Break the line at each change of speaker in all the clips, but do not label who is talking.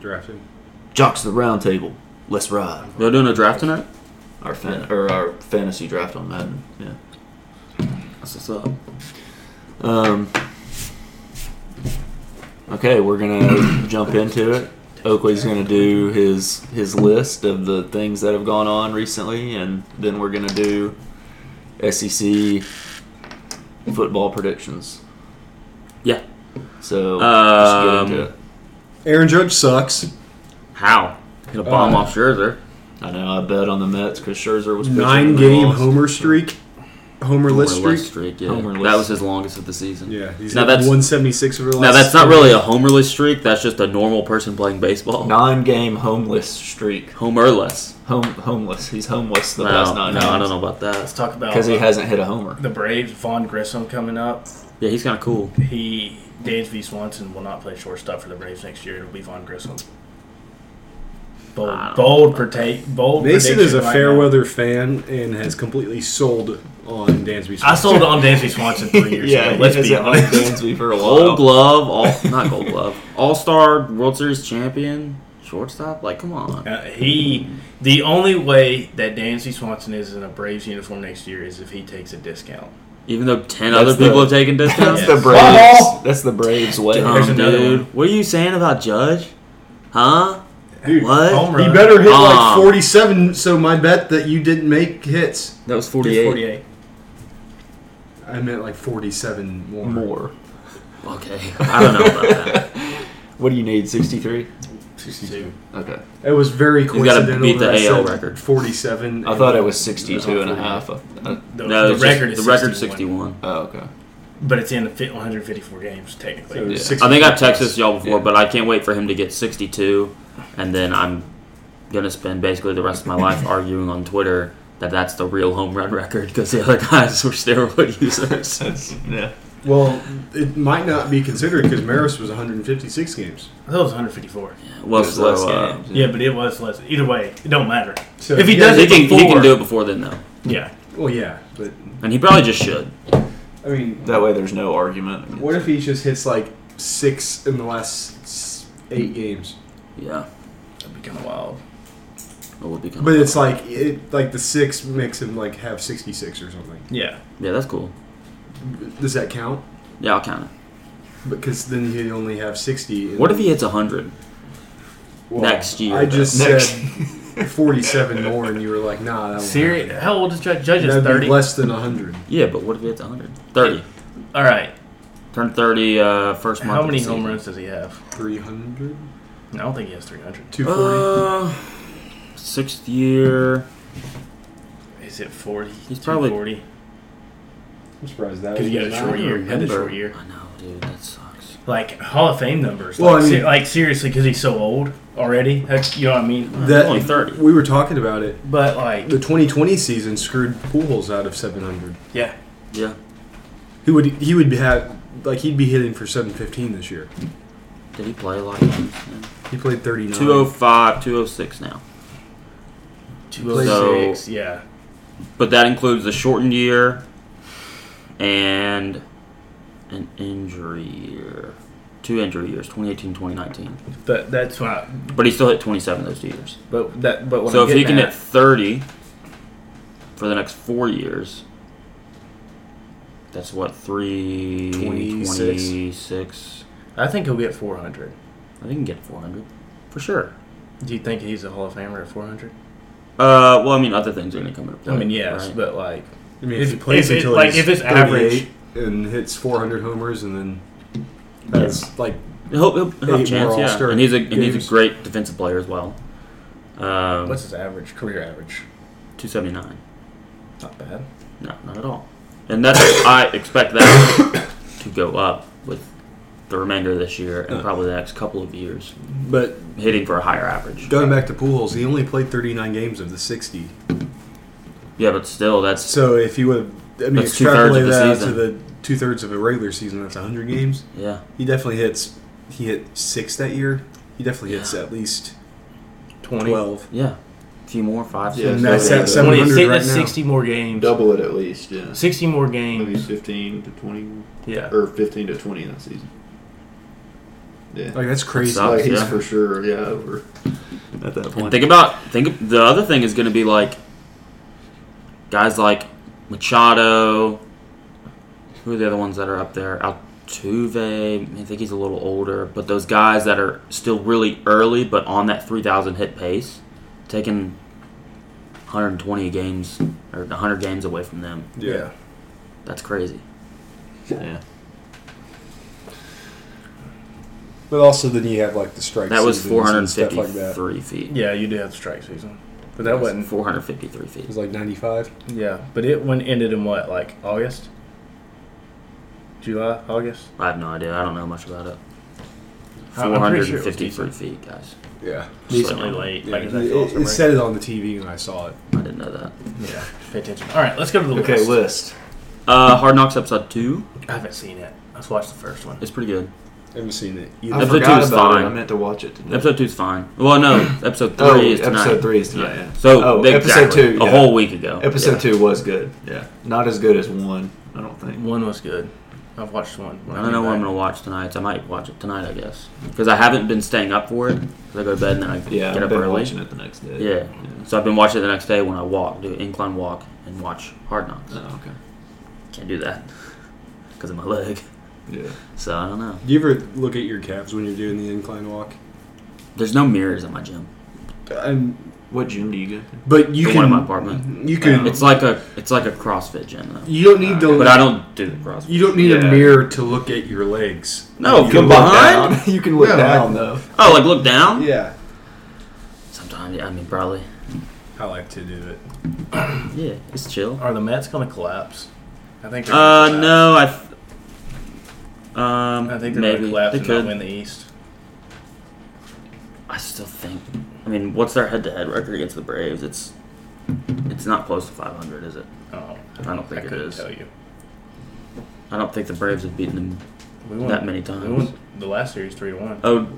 Drafting.
Jocks of the Round Table. Let's ride.
Y'all doing a draft tonight?
Our fan or our fantasy draft on Madden. Yeah.
That's what's up.
Um, okay, we're gonna jump into it. Oakley's gonna do his his list of the things that have gone on recently, and then we're gonna do SEC football predictions.
Yeah.
So
Um,
just get into it.
Aaron Judge sucks.
How? Hit a bomb
Uh,
off Scherzer.
I know I bet on the Mets because Scherzer was pitching
Nine
and they
game
lost.
homer streak. Homerless
Homerless
streak.
yeah.
Homerless.
That was his longest of the season.
Yeah, he's
Now
now
that's-
176 over the last.
Now that's not really a homerless streak. That's just a normal person playing baseball.
Nine game homeless streak.
Homerless.
Home homeless. He's homeless the
No,
last nine.
no, I don't know about
Let's
that.
talk about
because he
uh,
hasn't hit a homer.
the Braves. Vaughn Grissom coming up.
Yeah, he's kind of cool.
He Dansby Swanson will not play shortstop for the Braves next year. It'll be Vaughn Grissom.
I don't
Bold, bold, partake, bold.
Mason is
prediction
a
right
fair
now.
weather fan and has completely sold on Dansby.
I sold on Dansby Swanson three years ago. Let's be honest.
Dansby for a
Gold
while.
glove, all not gold glove, all star World Series champion, shortstop. Like, come on.
Uh, he, the only way that Dansby Swanson is in a Braves uniform next year is if he takes a discount.
Even though ten
That's
other people
the-
have taken discounts.
That's the
Yes.
Braves. That's the Braves way.
Dumb,
There's another
dude.
one.
What are you saying about Judge? Huh?
Dude,
What?
Home
He
run.
better hit
Ah.
like 47. So my bet that you didn't make hits.
That was
He's
48.
48.
I meant like 47 more.
More.
Okay. I don't know about that.
What do you need? Sixty-three.
62.
Okay.
It was very
He's gotta
coincidental.
beat the
that I
AL
said
record.
47.
I
and-
thought it was 62 and a half. Uh,
The,
No,
the
it's just-
record is
the record 61.
61.
oh, okay.
But it's in the fi- 154 games, technically.
So
Yeah.
60
I think I've texted y'all before,
Yeah.
but I can't wait for him to get 62, and then I'm gonna spend basically the rest of my life arguing on Twitter that that's the real home run record because the other guys were steroid users.
yeah.
Well, it might not be considered because Maris was 156 games.
I thought it was 154.
Well,
Those last
so, uh,
games,
Yeah, but it was less. Either way, it don't matter.
So
If he
yeah,
does
he
it
can he can
before-
do it before then though,
Yeah.
well, yeah, but
and he probably just should.
I mean,
That way, there's no argument.
what if he just hits like six in the last s- eight games?
Yeah,
That'd be kind of wild.
it would be kind
But it's like it, like the six makes him like have 66 or something.
Yeah.
yeah, that's cool.
Does that count?
Yeah, I'll count it.
Because then he'd only have 60. and-
What if he hits 100?
Well,
next year,
I just
though? Next-
said 47 more, and you were like, nah, that won't
Siri,
happen.
how old is Judge? Judge is
That'd
30.
be less than 100.
Yeah, but what if he hits 100? 30.
All right.
Turn 30 uh, first month.
How
of the
many
season.
home runs does he have?
300?
I don't think he has 300.
240?
Uh, sixth year.
Is it 40?
He's probably-
40.
I'm surprised that.
Because you
was
got a
not-
short year. He had a
Remember-
short year.
I know, dude. That sucks.
Like Hall of Fame numbers.
Well,
like,
I mean-
se- like seriously, because he's so old already. That's, you know what I mean?
That,
only 30.
We were talking about it.
But like,
The 2020 season screwed Pujols out of 700.
yeah.
Yeah.
He would he would have like he'd be hitting for 715 this year.
Did he play a lot? Of games?
He played 39.
205, 206 now.
206. yeah.
But that includes the shortened year and an injury year. Two injury years, 2018, 2019.
But that's why.
But he still hit 27 those two years.
But that. But what
so
I'm
if he
getting
can
at-
hit 30 for the next four years, that's what, three,
26.
26?
I think he'll get 400.
I think he can get 400. For sure.
Do you think he's a Hall of Famer at 400?
Uh, well, I mean, other things are going to come into play.
I mean, yes,
right?
but like,
I mean, if,
If-
he plays
if it-
until
like,
he's
if it's
38 and hits 400 homers, and then that's like
He'll, he'll, he'll have a
Eight
chance,
more
yeah.
All-Star
And he's a and he's
games.
a great defensive player as well. Um,
what's his average career average?
two seventy nine?
Not bad.
No, not at all. And that's I expect that to go up with the remainder of this year and probably the next couple of years,
But
hitting for a higher average.
going back to Pujols, he only played 39 games of the 60.
Yeah, but still, that's
So if you would, I mean,
That's two-thirds of
extrapolate
the
that out to
season.
the two thirds of a regular season, that's 100 games.
yeah.
He definitely hits. He hit six that year. He definitely hits at least
20.
12.
Yeah, a few more, five,
Yeah,
six.
and that's
so
at
yeah,
700
si-
right
that's
now.
60 more games.
Double it at least, yeah.
60 more games.
Maybe 15 to 20,
Yeah.
or 15 to 20 that season. Yeah.
Like that's crazy.
Sucks,
like he's
yeah.
for sure, yeah, over.
at that
And
point.
think about think the other thing is going to be like guys like Machado. Who are the other ones that are up there? Altuve. I think he's a little older, but those guys that are still really early, but on that three thousand hit pace, taking 120 games or 100 games away from them.
Yeah.
That's crazy.
yeah.
But also, then you have like the strike.
That was
seasons and stuff like that.
453 feet.
Yeah, you did have strike season, but that wasn't.
453
It
feet.
was like ninety-five.
Yeah, but it when ended in what like August, July, August.
I have no idea. I don't know much about it.
I'm- I'm pretty sure it was
453 feet, guys.
Yeah.
Decently
So,
late.
Yeah,
Like
it,
is that the
it
All-Star
said it on the TV when I saw it.
I didn't know that.
break? Yeah, pay attention. All right, let's go to the
Okay,
list.
list.
Uh, Hard Knocks episode two
I haven't seen it. Let's watch the first one.
is pretty good.
I haven't seen it
I
either.
Episode two
forgot
is
about
fine.
it. I meant to watch it today.
Episode two is fine. Well, no, episode three
oh,
is tonight.
episode three is tonight. Yeah.
So
oh,
they-
episode
exactly,
two.
a
yeah.
whole week ago.
Episode
Yeah.
two was good. Yeah, not as good as one. I don't think.
One was good. I've watched one.
I don't know what I'm gonna watch tonight. I might watch it tonight, I guess, because I haven't been staying up for it. 'Cause I go to bed and then I
Mm. Yeah,
get
I've
up
been
early.
watching it the next day.
Yeah. So I've been watching it the next day when I walk, do an incline walk, and watch Hard Knocks.
Oh, okay.
Can't do that because of my leg.
Yeah.
So I don't know.
Do you ever look at your calves when you're doing the incline walk?
There's no mirrors at my gym.
I'm,
What gym do you go to?
but you
Um, The
can.
one in my apartment.
You can.
It's like a it's like a CrossFit gym though.
you don't need to.
But I don't do the CrossFit.
You don't need
Yeah.
a mirror to look at your legs.
No,
You
come
can look
behind.
down.
You can look
No,
down
I-
though.
Oh, like look down.
Yeah.
Sometimes, yeah, I mean, probably.
I like to do it.
Yeah, it's chill.
Are the Mets gonna collapse? I think. they're
Uh,
gonna collapse.
no, I. Th- um,
I think they're
maybe
gonna collapse
they
and
could.
not win the East.
I still think. I mean, what's their head-to-head record against the Braves? It's, it's not close to 500, is it?
Oh,
I don't think
I
it
couldn't
is.
tell you.
I don't think the Braves have beaten them
We won
that many
We
times.
won the last series three to one.
Oh,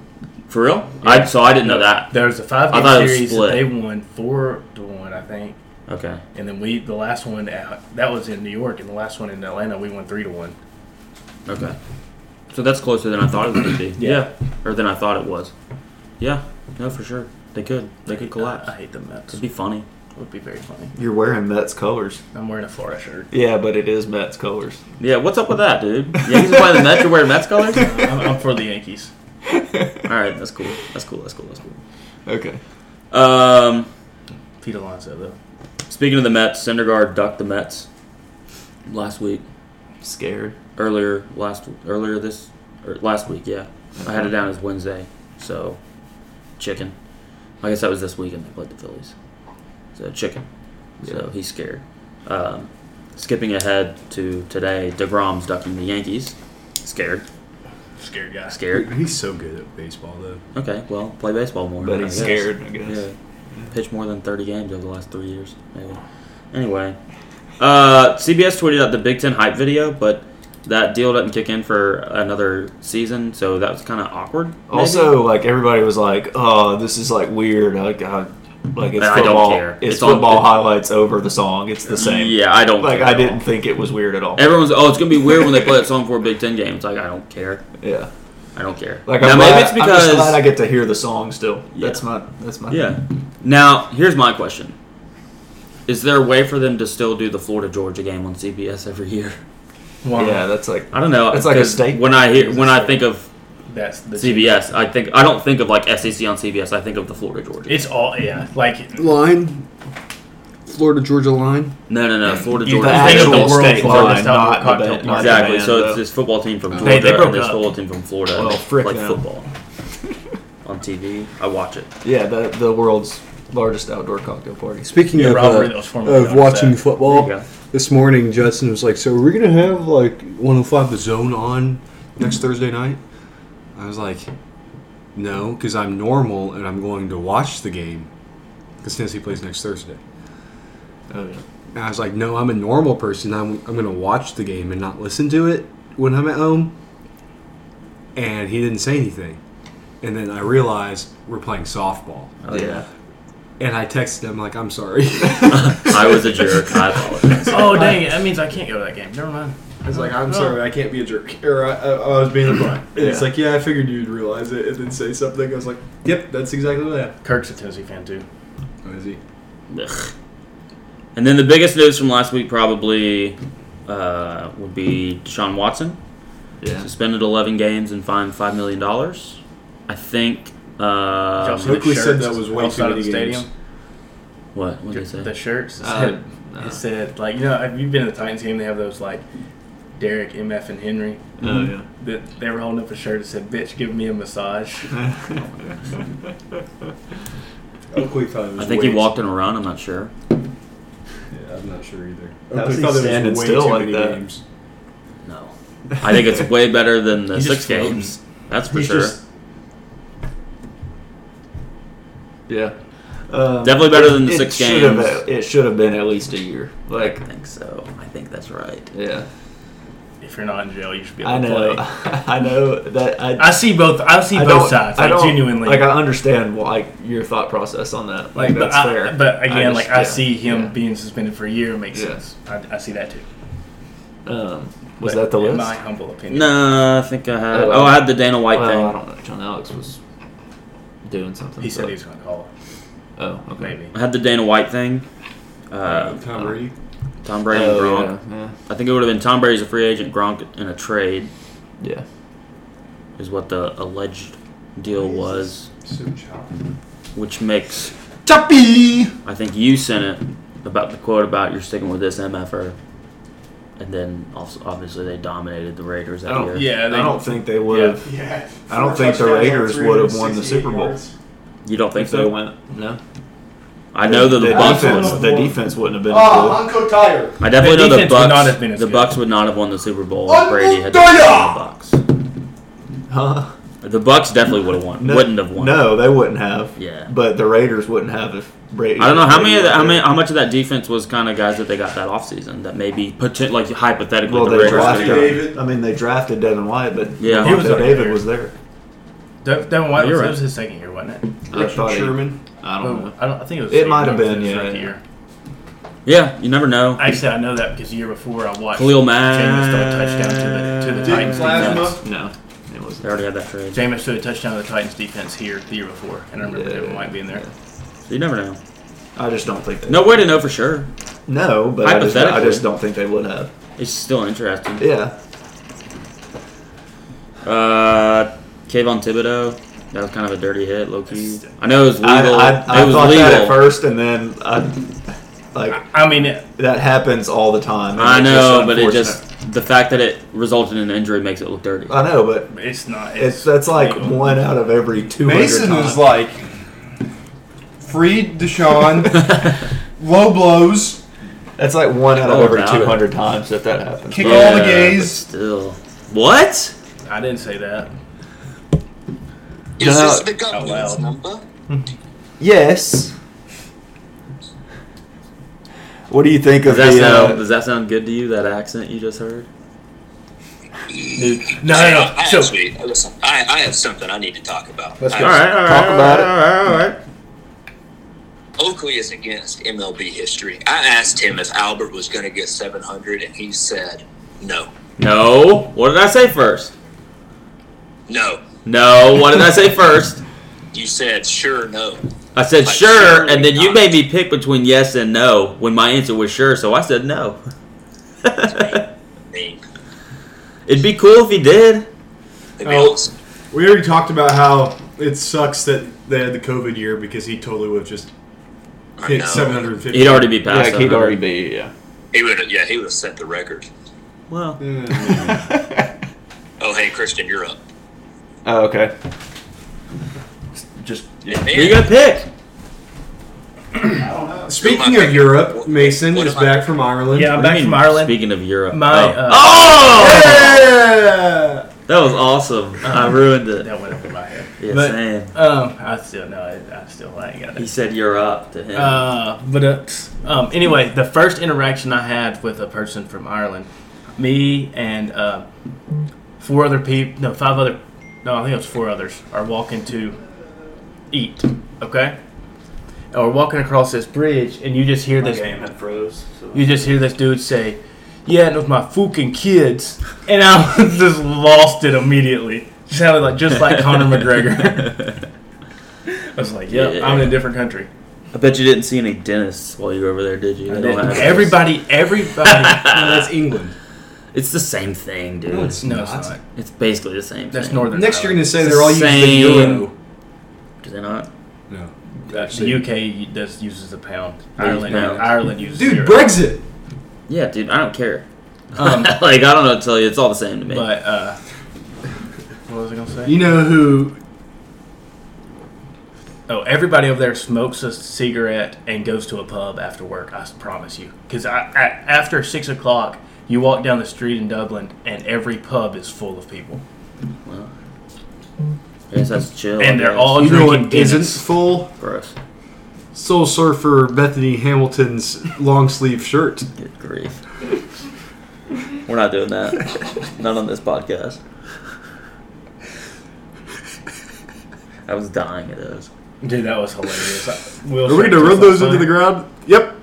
for real? I so I didn't know that.
There was a five
I thought it
game
was
series. that
split.
They won four to one, I think.
Okay.
And then we, the last one at, that was in New York, and the last one in Atlanta, we won three to one.
Okay. So that's closer than I thought it was gonna be.
Yeah.
Or than I thought it was. Yeah. No, for sure. They could. They could collapse.
I hate the Mets.
It'd
It
be funny.
would be very funny.
You're wearing Mets colors.
I'm wearing a Florida shirt.
Yeah, but it is Mets colors.
Yeah. What's up with that, dude? Yankees are playing the Mets. You're wearing Mets colors. All
I'm, I'm for the Yankees.
right. That's cool. That's cool. That's cool. That's cool.
Okay.
Um.
Pete Alonso, though.
Speaking of the Mets, Syndergaard ducked the Mets last week.
Scared.
Earlier last earlier this or last week, yeah. I had it down as Wednesday, so chicken. I guess that was this weekend they played the Phillies. So chicken. So he's scared. Um, skipping ahead to today, Degrom's ducking the Yankees. Scared,
Scared guy.
scared.
He's so good at baseball, though.
Okay, well, play baseball more.
But
I
he's
guess.
scared, I guess.
Yeah. Pitched more than 30 games over the last three years, maybe. Anyway, uh, CBS tweeted out the Big Ten hype video, but that deal doesn't kick in for another season, so that was kind of awkward. maybe.
Also, like everybody was like, "Oh, this is like weird." Like, I, like it's
I don't
football.
care.
It's,
It's on-
football
it-
highlights over the song. It's the same.
yeah, I don't
Like
care
I
at all.
didn't think it was weird at all.
Everyone's oh, it's gonna be weird when they play that song for a Big Ten game. It's like I don't care,
yeah.
I don't care.
Like
now
I'm
maybe
glad,
it's
I'm just
because
glad I get to hear the song still.
Yeah.
That's my. That's my.
yeah. Now here's my question: Is there a way for them to still do the Florida Georgia game on CBS every year?
Wow.
Yeah. That's like.
I don't know.
It's like a
'cause
staple.
When I hear when I think of
That's the
CBS. I think I don't think of like SEC on CBS. I think of the Florida Georgia.
It's all, yeah. Like,
Line. Florida Georgia line.
no, no, no. Florida
You
Georgia.
think
is
of the
football.
world
state
line,
line,
not
not,
the
the
cocktail
ba- not the
exactly.
band,
so
though.
it's this football team from Georgia
They- they broke
and this
up.
football team from Florida. and
Well,
they
frick
play
them.
football on TV. I watch it.
yeah, the the world's largest outdoor cocktail party.
Speaking
Yeah,
of,
Robert,
uh,
that was formerly known
of
as
watching
that.
There you
football,
go.
this morning Judson was like, "So we're gonna have like 105 the zone on next Thursday night." I was like, "No, because I'm normal and I'm going to watch the game because Tennessee plays next Thursday."
Oh yeah.
And I was like, "No, I'm a normal person. I'm I'm gonna watch the game and not listen to it when I'm at home." And he didn't say anything. And then I realized we're playing softball.
Oh, yeah.
And I texted him like, "I'm sorry."
I was a jerk. I apologize.
oh, dang, that means I can't go to that game. Never mind.
It's like, I'm sorry, I can't be a jerk. Or I, I, I was being a butt. And It's like, yeah, I figured you'd realize it and then say something. I was like, yep, that's exactly what happened.
Kirk's a Tennessee fan too.
Oh, is he?
Ugh. And then the biggest news from last week probably uh, would be Sean Watson
Yeah.
suspended 11 games and fined five million dollars. I think.
Did y'all
Uh,
see the
Oakley said
shirts
that was way too
outside of
many
the
games.
stadium?
what? What did they
The
say?
shirts. It
Uh,
said,
no.
it said like you know have you been to the Titans game? They have those like Derek, MF, and Henry.
Oh yeah.
That they were holding up a shirt that said "Bitch, give me a massage."
Oh,
Oakley Oh, thought it was
I think
way
he walked in a run. I'm not sure.
Yeah, I'm not sure either.
How's he standing still like that?
games.
No. I think it's way better than the
He's
six
just floating.
games. That's for
He's
sure.
just- Yeah. Um,
Definitely better than the
it
six
should have-
games.
It should have been at least a year. Like,
I think so. I think that's right.
yeah,
If you're not in jail, you should be able
I
to
know,
play.
I know that I.
I see both. I see
I
both
don't-
sides.
I
Like
don't-
genuinely.
Like I understand well, like your thought process on that. Like,
but
that's
I-
fair.
But again,
just-
like I
yeah,
see him
yeah.
being suspended for a year makes
Yeah.
sense. I, I see that too.
Um, was
But
that the
in
list?
my humble opinion.
No, I think I had.
Oh,
Oh, I had the Dana White
well, I
thing.
don't know. John Alex was doing something.
He said
so-
he was going to call.
Oh, okay.
Maybe.
I had the Dana White thing. Uh,
Tom Brady.
Tom Brady and
Oh,
Gronk.
yeah,
I think it would have been Tom Brady's a free agent, Gronk in a trade
yeah, yeah.
is what the alleged deal was,
So choppy.
which makes
Choppy.
I think you sent it about the quote about you're sticking with this MFR, and then also obviously they dominated the Raiders that
Oh,
year.
Yeah, they,
I don't think they would have.
Yeah.
I don't think the Raiders would have won the Super Bowl.
You don't think
If they
so?
went, no.
I know that the
the
Bucks.
defense,
Would,
the defense wouldn't have been as
Uncle Tire.
I definitely
The
know the
defense would not have
Bucks.
been as
the
good.
Bucks would not have won the Super Bowl if Brady had
Uncle
won the Bucks.
good. Huh?
The Bucks definitely would have won.
No-
wouldn't have won.
No, they wouldn't have.
Yeah.
But the Raiders wouldn't have if Brady.
I don't know how many, of the,
Brady
how
went
many, how much of that defense was kind of guys that they got that offseason that maybe poten- like
there.
hypothetically
Well,
the
they
Raiders
drafted.
could have-
David.
I mean, they drafted Devin White, but
Yeah.
Devontae
He
was up
David
there.
was there.
that, that one,
You're
that
right.
was his second year, wasn't it?
I thought he- Oh.
Sherman.
I don't know.
I don't. I think it was.
It might have been,
his
yeah,
rookie
yeah.
year.
Yeah, you never know.
Actually, I know that because the year before I watched
Khalil
Jameis
Mack.
throw a touchdown to the to the
Dick
Titans defense.
Plasma.
No, it wasn't.
They already had that trade.
Jameis threw a touchdown to the Titans defense here the year before, and I remember
Yeah.
Devin White being there.
You never know.
I just don't think. They,
No way to know for sure.
No, but I just, I
Hypothetically.
just don't think they would have.
It's still interesting.
Yeah.
Uh, Kayvon Thibodeau. That was kind of a dirty hit, low key. I know it was legal.
I, I, I
it was
thought
legal.
that at first, and then I, like
I mean, it,
that happens all the time. and
I
it's
know, but it
unfortunate.
just the fact that it resulted in an injury makes it look dirty.
I know, but
it's not.
it's that's like one out of every two hundred.
Mason
times.
was like, freed Deshaun, low blows,
That's like one out of
Oh,
every
about it.
200 times that that happens.
kick all the
Yeah, but
gays.
Still, what?
I didn't say that.
Is
No.
this the
Out loud.
government's number?
Yes. What do you think of
Does that
the?
sound?
uh,
Does that sound good to you? That accent you just heard?
No,
Hey,
no,
I, I
no. So
actually, listen, I, I have something I need to talk about.
Let's
I-
go.
All right, all right,
Talk about it.
all right, all right, all right.
Oakley is against MLB history. I asked him if Albert was going to get 700, and he said no.
No. What did I say first?
No.
No. What did I say first?
You said sure, no.
I said
Like,
sure,
surely
and then you
not.
made me pick between yes and no when my answer was sure, so I said no.
I mean,
It'd be cool if he did.
it'd be
Oh.
awesome.
We already talked about how it sucks that they had the COVID year because he totally would have just
I
hit
know.
750.
He'd already be past.
yeah, he'd
700.
already be. Yeah.
He would have, yeah, he would have set the record.
Well,
Hmm. Yeah.
Oh, hey, Christian, you're up.
Oh, okay. Just
Yeah.
who you gonna pick?
Speaking of Europe, Mason is back from Ireland.
yeah,
What
I'm
do you
back
mean,
from Ireland.
Speaking of Europe,
My,
oh,
uh,
Oh!
Yeah!
that was awesome. I ruined it.
That went over my head.
Yeah,
but-
same.
Um, I still no, I, I still I ain't got
He
it.
said you're up to him.
Uh, but uh, um, anyway, the first interaction I had with a person from Ireland, me and uh, four other people, no, five other, no, I think it was four others, are walking to eat. Okay, and we're walking across this bridge, and you just hear this
froze.
you just hear this dude say, yeah, and it was my fucking kids, and I just lost it immediately. Sounded like just like Conor McGregor. I was like, yep,
Yeah.
I'm in a different country.
I bet you didn't see any dentists while you were over there, did you? They don't have
Everybody, everybody.
that's England.
It's the same thing, dude.
No,
it's,
it's
No,
not.
it's not.
basically the same
That's
thing.
Northern.
Next, you're
Ireland.
gonna say they're all using the
Same.
euro.
Do they not?
No,
the UK does uses a pound.
They use
Ireland,
pounds.
Ireland uses
dude,
euro.
Brexit.
Yeah, dude, I don't care.
Um,
like, I don't know what to tell you. It's all the same to me.
But uh, what was I gonna say?
You know who?
Oh, everybody over there smokes a cigarette and goes to a pub after work. I s- promise you, because I, I, after six o'clock, you walk down the street in Dublin, and every pub is full of people,
I guess that's chill.
and
I
they're
guess.
all
You know
drinking
what isn't
Guinness.
full?
gross.
Soul Surfer Bethany Hamilton's long sleeve shirt.
Good grief. We're not doing that. not on this podcast. I was dying at those.
Dude, that was hilarious. I- Will
Are we
sent
gonna
us
rub
a
those into
funny-
the ground? Yep.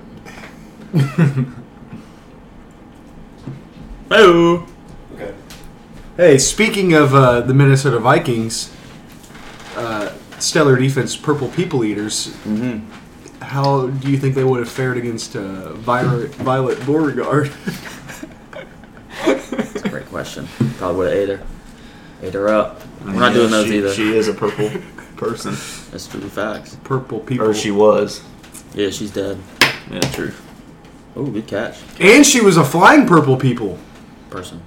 Oh,
Hey, speaking of uh, the Minnesota Vikings, uh, stellar defense, purple people eaters.
Mm-hmm.
How do you think they would have fared against uh, Violet, Violet Beauregard?
that's a great question. Probably would have ate her. Ate her up. We're not doing those
she,
either.
She is a purple person,
That's true facts.
Purple people.
or she was.
Yeah, she's dead.
Yeah, true.
Oh, good catch.
and she was a flying purple people
Person.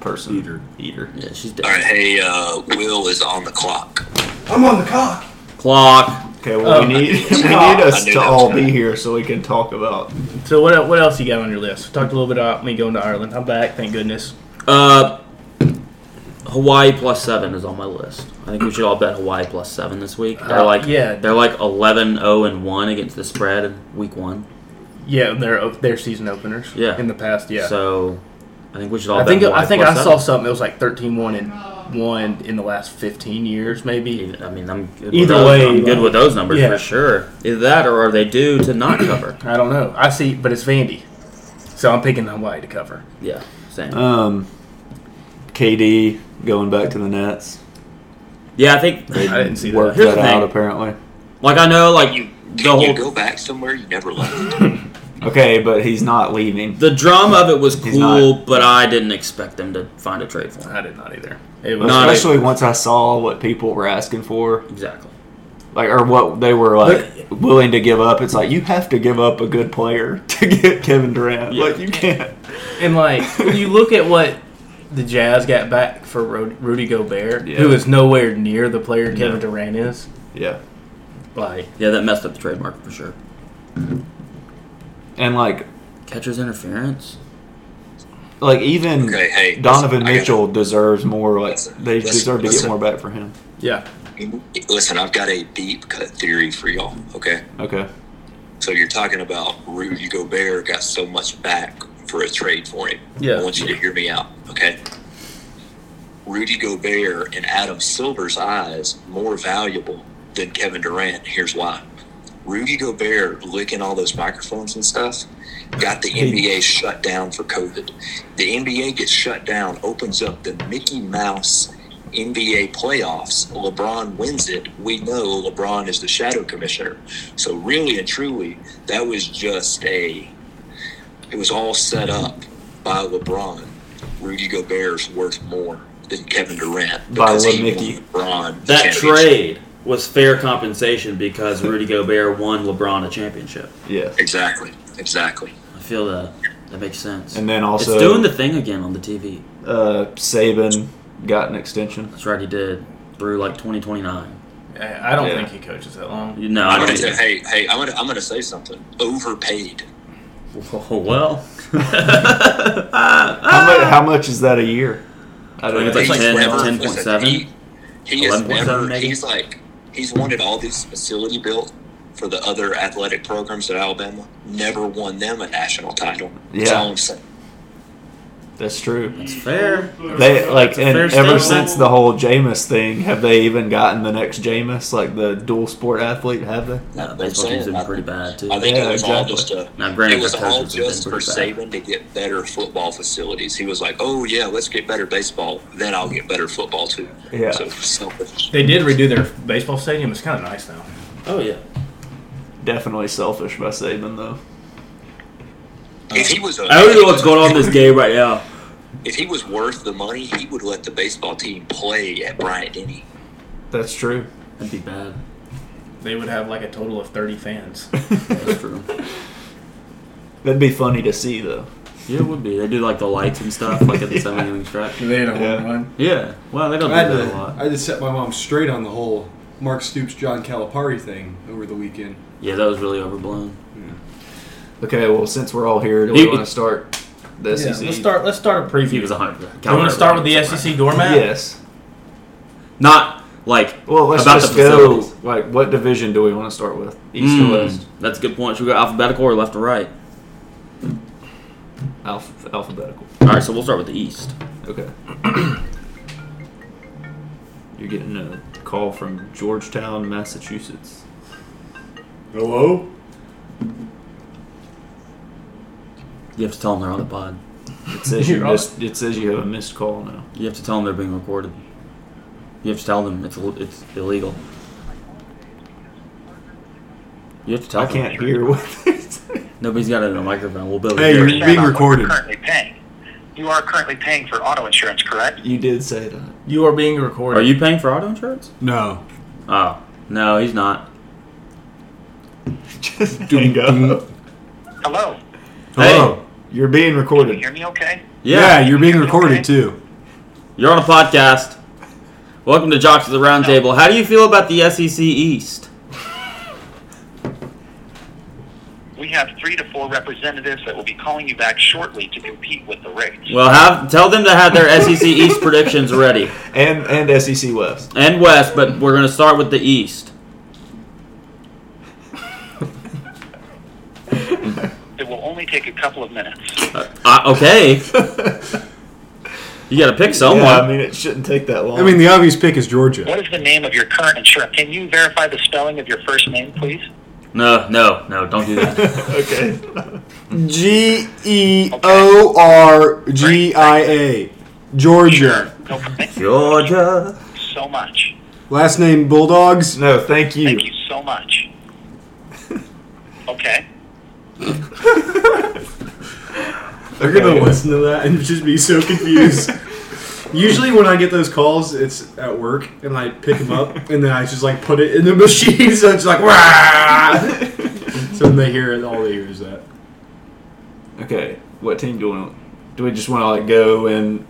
Person
eater.
eater.
Yeah, she's
All right,
dead.
hey, uh, Will is on the clock.
I'm on the cock.
Clock.
Okay, well
Oh.
we need we need
I
us
knew
to
that
all
was
be
coming.
here so we can talk about.
So what? el- What else you got on your list? We talked a little bit about me going to Ireland. I'm back, thank goodness.
Uh, Hawaii plus seven is on my list. I think we should all bet Hawaii plus seven this week. They're
Uh,
like
yeah.
they're like 11 0 and one against the spread in week one.
Yeah, they're op- they're season openers.
Yeah.
in the past, yeah.
So I think we should all.
I
bet
think
Hawaii
I think
plus
I saw
seven.
something. It was like 13-1 and one in the last fifteen years, maybe.
I mean, I'm good
Either
with those-
way, uh,
I'm good with those numbers
yeah.
for sure. Either that or are they due to not cover?
I don't know. I see, but it's Vandy, so I'm picking Hawaii to cover.
Yeah, same.
Uh,
Um, KD going back to the Nets.
yeah, I think
I didn't see
Worked
that.
Here's
that
the
out
thing.
apparently.
like I know like
You,
the
can you
whole
go back somewhere you never left?
Okay, but he's not leaving.
the drama of it was
He's
cool, but I didn't expect them to find a trade for him.
I did not either. It was
Not
Especially once I saw what people were asking for,
Exactly.
like or what they were like willing to give up. It's like you have to give up a good player to get Kevin Durant.
Yeah.
Like you can't.
and like when you look at what the Jazz got back for Ru- Rudy Gobert,
Yeah.
who is nowhere near the player Kevin Durant is.
Yeah.
Like
Yeah, that messed up the trademark for sure.
And like
Catcher's interference.
like even
Okay, hey,
Donovan
listen, I got-
Mitchell deserves more. Like
Listen,
they
listen,
deserve to get
listen.
more back for him.
yeah,
Listen, I've got a deep cut theory for y'all. Okay,
Okay.
so you're talking about Rudy Gobert got so much back for a trade for him.
Yeah.
I want you to hear me out. Okay, Rudy Gobert in Adam Silver's eyes more valuable than Kevin Durant. Here's why. Rudy Gobert licking all those microphones and stuff got the NBA shut down for COVID. The NBA gets shut down, opens up the Mickey Mouse NBA playoffs. LeBron wins it. We know LeBron is the shadow commissioner. So, really and truly, that was just a, it was all set up by LeBron. Rudy Gobert's worth more than Kevin Durant.
By
because
Le
he
Mickey.
won LeBron. the
That
championship.
trade was fair compensation because Rudy Gobert won LeBron a championship.
Yeah.
Exactly. Exactly.
I feel that that makes sense.
And then also
it's doing the thing again on the TV.
uh, Saban got an extension.
That's right, he did through like 2029.
I I don't
Yeah.
think he coaches that long.
You know, I
I'm
don't.
gonna say, hey, hey, I'm gonna, I'm gonna say something. Overpaid.
Whoa, well,
How, mu- how much is that a year? I
I
don't
think it's
know.
Ah! like 10,
He's never-
10.7?
listen, He, he has
11.7
never.
maybe?
He's like, he's wanted all these facility built for the other athletic programs at Alabama. Never won them a national title. That's
Yeah.
all I'm saying.
That's true.
It's fair.
They like
a
and
fair
ever
statement.
since the whole Jameis thing, have they even gotten the next Jameis, like the dual sport athlete? Have they?
No,
That's
baseball
what I'm
team's been
saying.
pretty bad too.
I think
Yeah,
it was all
exactly.
just a.
Now, granted,
it was
their
all
coaches have
just
been
for
pretty
Saban to get better football facilities. He was like, "Oh yeah, let's get better baseball, then I'll get better football too."
Yeah.
So selfish.
They did redo their baseball stadium. It's kind of nice now.
oh yeah.
Definitely selfish by Saban though.
If he was, a,
I don't know what's going on in this game right now.
If he was worth the money, he would let the baseball team play at Bryant Denny.
That's true.
That'd be bad.
They would have like a total of thirty fans.
That's true.
That'd be funny to see though.
Yeah, it would be. They do like the lights and stuff, like at the seven inning stretch.
they had a
Yeah.
run.
Yeah. Well, they don't do
I had,
that
to,
a
I
lot.
had to set my mom straight on the whole Mark Stoops John Calipari thing over the weekend.
Yeah, that was really overblown.
Okay, well since we're all here, do we
He-
want to start the E
Yeah,
SEC?
let's start. Let's start a
E He
preview.
was a hundred.
Do you want to start with the SEC doormat?
Yes.
Not like
Well, let's
about
just
the
go.
facilities.
Like, what division do we want to start with? East
Hmm.
Mm,
or West?
That's a good point. Should we go alphabetical or left or right?
Alph- alphabetical.
All right, so we'll start with the East.
Okay. You're getting a call from Georgetown, Massachusetts.
Hello?
You have to tell them they're on the pod.
It says you
You're on-
missed, It says you have a missed call now.
You have to tell them they're being recorded. You have to tell them it's ill- it's illegal. You have to tell
I
them.
can't hear what they say.
Nobody's got it in a microphone. We'll build
Hey,
it.
you're- being recorded.
Currently paying. You are currently paying for auto insurance, correct?
You did say that.
You are being
Are
recorded.
you paying for auto insurance?
No.
Oh no, he's not.
Just hang up.
Hello.
Hello.
Hey.
You're being
Can you
recorded.
hear me okay?
Yeah,
Yeah,
you're being recorded too.
you're on a podcast. Welcome to Jocks of the Roundtable. How do you feel about the SEC East?
We have three to four representatives that will be calling you back shortly to compete with the rates.
Well, have tell them to have their SEC East predictions ready
And and SEC West.
and West, but we're going to start with the East.
It will only take a couple of minutes.
Uh, uh, okay, you got to pick someone.
Yeah, I mean, it shouldn't take that long.
I mean, the obvious pick is Georgia.
What is the name of your current insurance? Can you verify the spelling of your first name, please?
no, no, no, don't do that.
okay.
G E O R G I A. Georgia.
No, thank you
Georgia.
so much.
Last name Bulldogs.
No, thank you.
Thank you so much. Okay.
They're gonna listen to that and just be so confused. Usually, when I get those calls, it's at work, and I pick them up, and then I just like put it in the machine, so it's like Wah! So when they hear it, all they hear is that.
Okay, what team do we want? Do we just want to like go and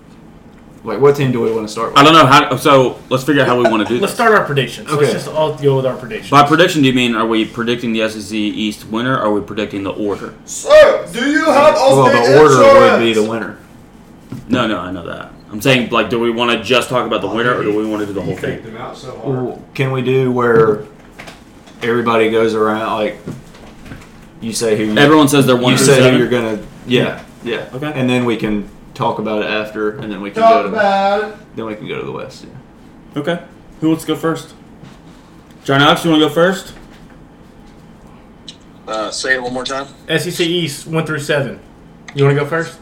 like what team do we want to start with?
I don't know how. So let's figure out how we want to do
Let's
this.
start our predictions.
Okay.
Let's just all go with our predictions.
By prediction, do you mean are we predicting the SEC East winner? Or are we predicting the order?
Sir, do you have all
Well, the order would be the winner.
No, no, I know that. I'm saying like, do we want to just talk about the winner, or do we want to do the whole thing?
them out so
Well, Can we do where everybody goes around like you say who you,
Everyone says they're one
you
through
say who
seven.
you're gonna yeah yeah
Okay.
and then we can talk about it after and then we can go to then we can go to the west. Yeah.
Okay. Who wants to go first? John Alex, you want to go first?
Uh, say it one more time.
SEC E East one through seven. You want to go first?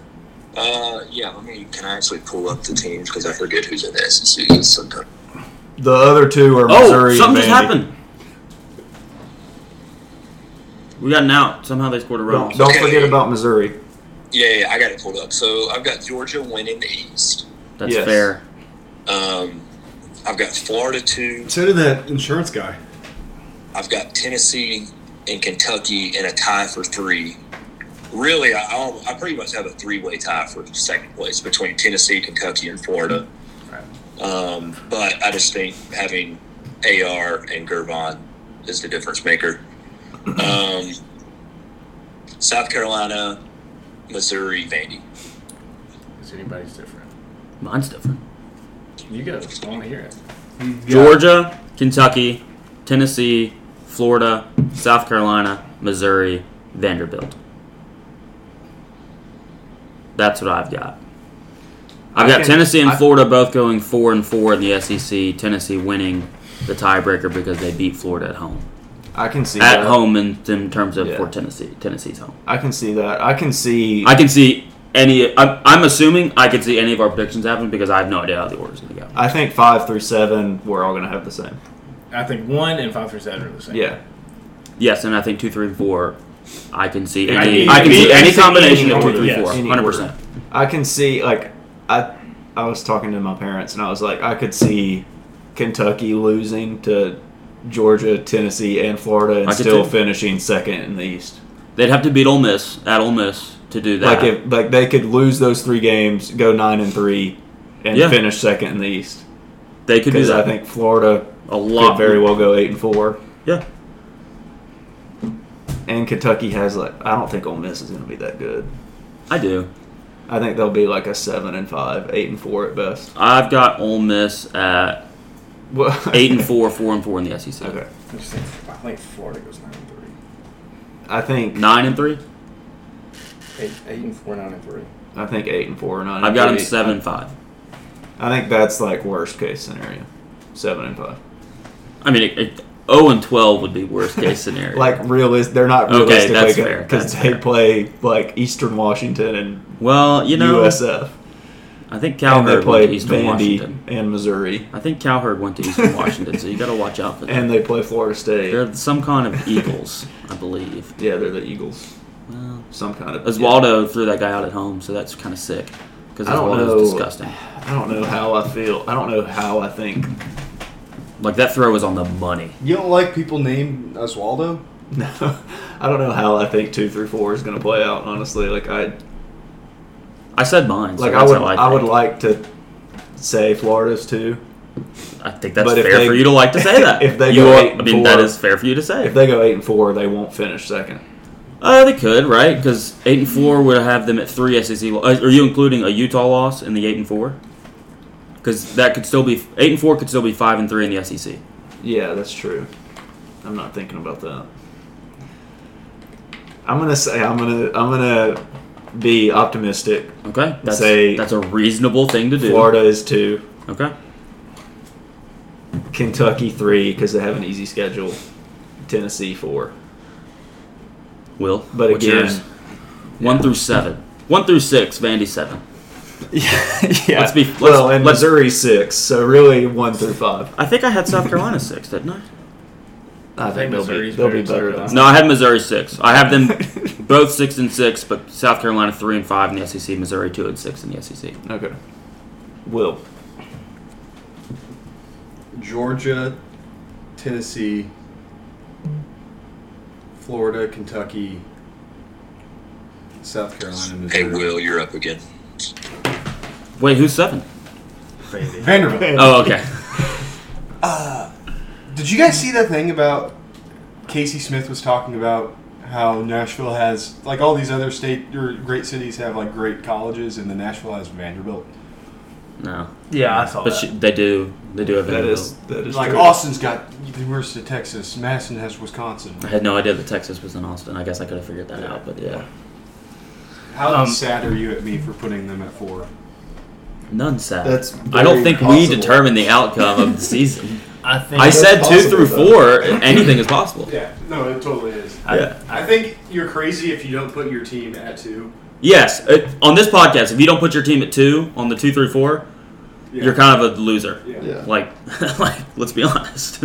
Uh, yeah, let me. Can I actually pull up the teams because I forget who's in the E SEC sometimes.
The other two are Missouri.
oh,
and
something just
Vandy.
happened. We got an out. Somehow they scored a run.
Don't, don't forget about Missouri.
Yeah, yeah, I got it pulled up. So I've got Georgia winning the East.
That's
Yes.
fair.
Um, I've got Florida two.
So did that insurance guy.
I've got Tennessee and Kentucky in a tie for three. Really, I, I'll- I pretty much have a three-way tie for second place between Tennessee, Kentucky, and Florida. Um, but I just think having AR and Gervon is the difference maker. Um, South Carolina, Missouri, Vandy.
Is anybody's different?
Mine's different.
You go. I want to hear it.
Georgia, Kentucky, Tennessee, Florida, South Carolina, Missouri, Vanderbilt. That's what I've got. I've got
Okay.
Tennessee and
I-
Florida both going four and four in the SEC. Tennessee winning the tiebreaker because they beat Florida at home.
I can see
At
that.
home in, in terms of
Yeah.
for Tennessee, Tennessee's home.
I can see that. I can see.
I can see any. I'm, I'm assuming I can see any of our predictions happen because I have no idea how the order's going to go.
I think five through seven, we're all gonna have the same.
I think one and five through seven are the same.
Yeah.
Yes, and I think two, three, and four. I can see
I
any.
mean,
I can see
any-
any
any
combination of
order,
two, three,
yes.
four.
Any
Hundred percent.
I can see like I I was talking to my parents and I was like I could see Kentucky losing to Georgia, Tennessee, and Florida and
I could
still
too.
finishing second in the East.
They'd have to beat Ole Miss at Ole Miss to do that.
Like if like they could lose those three games, go nine and three, and
Yeah.
finish second in the East.
they could do
Because
that.
I think Florida
a lot
could very well go eight and four,
Yeah.
and Kentucky has like I don't think Ole Miss is going to be that good.
I do.
I think they'll be like a seven and five, eight and four at best.
I've got Ole Miss at
Well,
eight and four, four and four in the E SEC.
Okay,
I just think, I think Florida goes nine and three.
I think
Nine and three.
Eight, eight and four, nine and three.
I think eight and four or nine.
I've got
and
them
three.
seven and five.
I think that's like worst case scenario, seven and five.
I mean, it, it, zero and twelve would be worst case scenario.
Like realist, they're not
Okay,
realistically
that's fair,
because
that's
they
fair.
play like Eastern Washington and
well, you know,
USF,
I
and
think
they
Cowherd
play
went to Eastern
Vandy
Washington.
and Missouri,
I think Cowherd went to Eastern Washington, so you got to watch out for them.
and they play Florida State.
They're some kind of Eagles, I believe.
yeah, they're the Eagles.
Well,
Some kind of
Oswaldo threw that guy out at home, so that's kind of sick. Because
I don't
Oswaldo's
know.
disgusting.
I don't know how I feel. I don't know how I think.
Like that throw was on the money.
You don't like people named Oswaldo?
No, I don't know how I think two through four is going to play out. Honestly, like I
I said mine. So
like I
that's
would
how
I,
I,
would
think.
like to say Florida's two.
I think that's
but if
fair
they-
for you to like to say that.
if they
you
go
are-
eight
I
and
mean, that
four-
is fair for you to say.
If they go eight and four, they won't finish second.
Uh, they could, right? Because eight and four would have them at three SEC. Lo- uh, are you including a Utah loss in the eight and four? Because that could still be eight and four could still be five and three in the E SEC.
Yeah, that's true. I'm not thinking about that. I'm gonna say I'm gonna I'm gonna be optimistic.
Okay, that's
Say-
that's a reasonable thing to do.
Florida is two,
Okay,
Kentucky three because they have an easy schedule. Tennessee four,
Will.
but
what's
again,
yours? one through seven, one through six, Vandy seven.
yeah, yeah.
Let's be-
well,
let's-
and
let's-
Missouri six, so really one through five.
I think I had South Carolina six, didn't I?
I think
think
they'll be
Missouri's
they'll be
better
better
than
than
South
No, I had Missouri six. I have them both six and six, but South Carolina three and five in the SEC, Missouri two and six in the E SEC.
okay. Will
Georgia, Tennessee, Florida, Kentucky, South Carolina,
Hey,
Missouri.
Will, you're up again.
Wait, who's seven?
Vanderbilt.
Oh, okay.
Did you guys see that thing about Casey Smith was talking about how Nashville has like all these other state or great cities have like great colleges and then Nashville has Vanderbilt.
No,
Yeah, I saw
but
that.
she, they do. They do have
that
Vanderbilt.
is that is
Like
true.
Austin's got the University of Texas, Madison has Wisconsin.
I had no idea that Texas was in Austin. I guess I could have figured that out, but yeah.
How
Um,
sad are you at me for putting them at four?
None sad.
That's
I don't
very
think we
possible.
determine the outcome of the season.
I think
I said two
possible,
through
though.
four. Anything is possible.
Yeah, no, it totally is.
Yeah.
I think you're crazy if you don't put your team at two.
Yes. It, on this podcast, if you don't put your team at two on the two through four, you're kind of a loser.
yeah.
Like, like, let's be honest.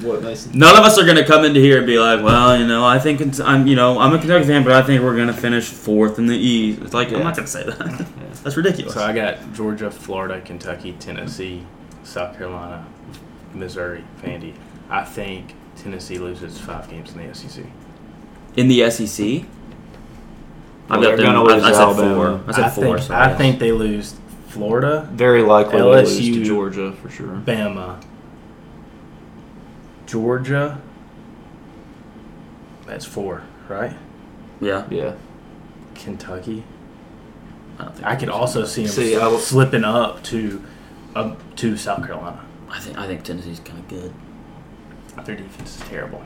What Mason?
None of us are going to come into here and be like, well, you know, I think it's, I'm, you know, I'm a Kentucky fan, but I think we're going to finish fourth in the East. It's like I'm not going to say that. That's ridiculous.
So I got Georgia, Florida, Kentucky, Tennessee, South Carolina, Missouri, Vandy. I think Tennessee loses five games in the E SEC.
in the E SEC.
Well, they're gonna lose
I, I said
Alabama.
four. I said four.
think,
so
I
yes.
think they lose Florida,
Very likely they lose to
LSU.
Georgia for sure.
Bama, Georgia. That's four, right?
Yeah.
Yeah.
Kentucky.
I, don't think
I could also see them
See, I will-
slipping up to up to South Carolina.
I think I think Tennessee's kind of good.
Their defense is terrible.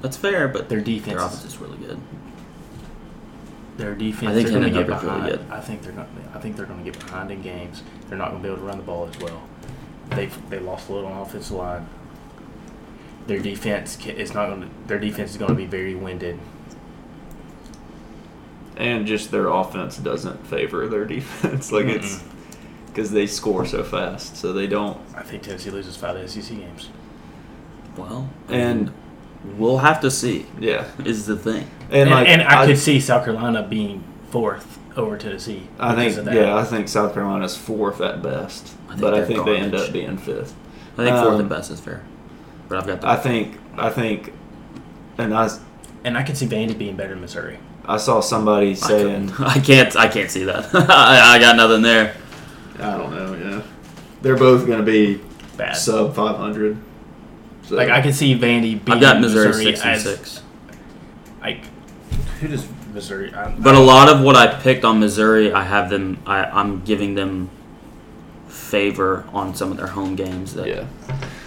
That's fair, but
Their defense
their
is-
offense is really good.
their defense.
I think
they're gonna
Henry
get
Hooker's really
behind.
good.
I think they're going. I think they're going to get behind in games. They're not going to be able to run the ball as well. They've they lost a little on offensive line. Their defense ca- is not going. to Their defense is going to be very winded.
and just their offense doesn't favor their defense. like it's because they score so fast, so they don't.
I think Tennessee loses five SEC games.
Well,
And
we'll have to see.
yeah,
Is the thing.
and,
And,
like
and I, could see South Carolina being fourth over Tennessee.
I
because
think
of that.
yeah, I think South Carolina's fourth at best,
I think
but I
they're
think they end
garbage.
up being fifth.
I think fourth
Um,
and best is fair. But I've got the
I think I think, and I s-
And I could see Vandy being better than Missouri.
I saw somebody
I
saying
couldn't- I can't. I can't see that. I, I got nothing there.
I don't know, yeah, they're both going to be
Bad.
sub five hundred. So,
like I could see Vandy beating
I've got Missouri, six and
as
six.
like who does Missouri? I,
But a lot of what I picked on Missouri, I have them. I, I'm giving them favor on some of their home games. That
yeah,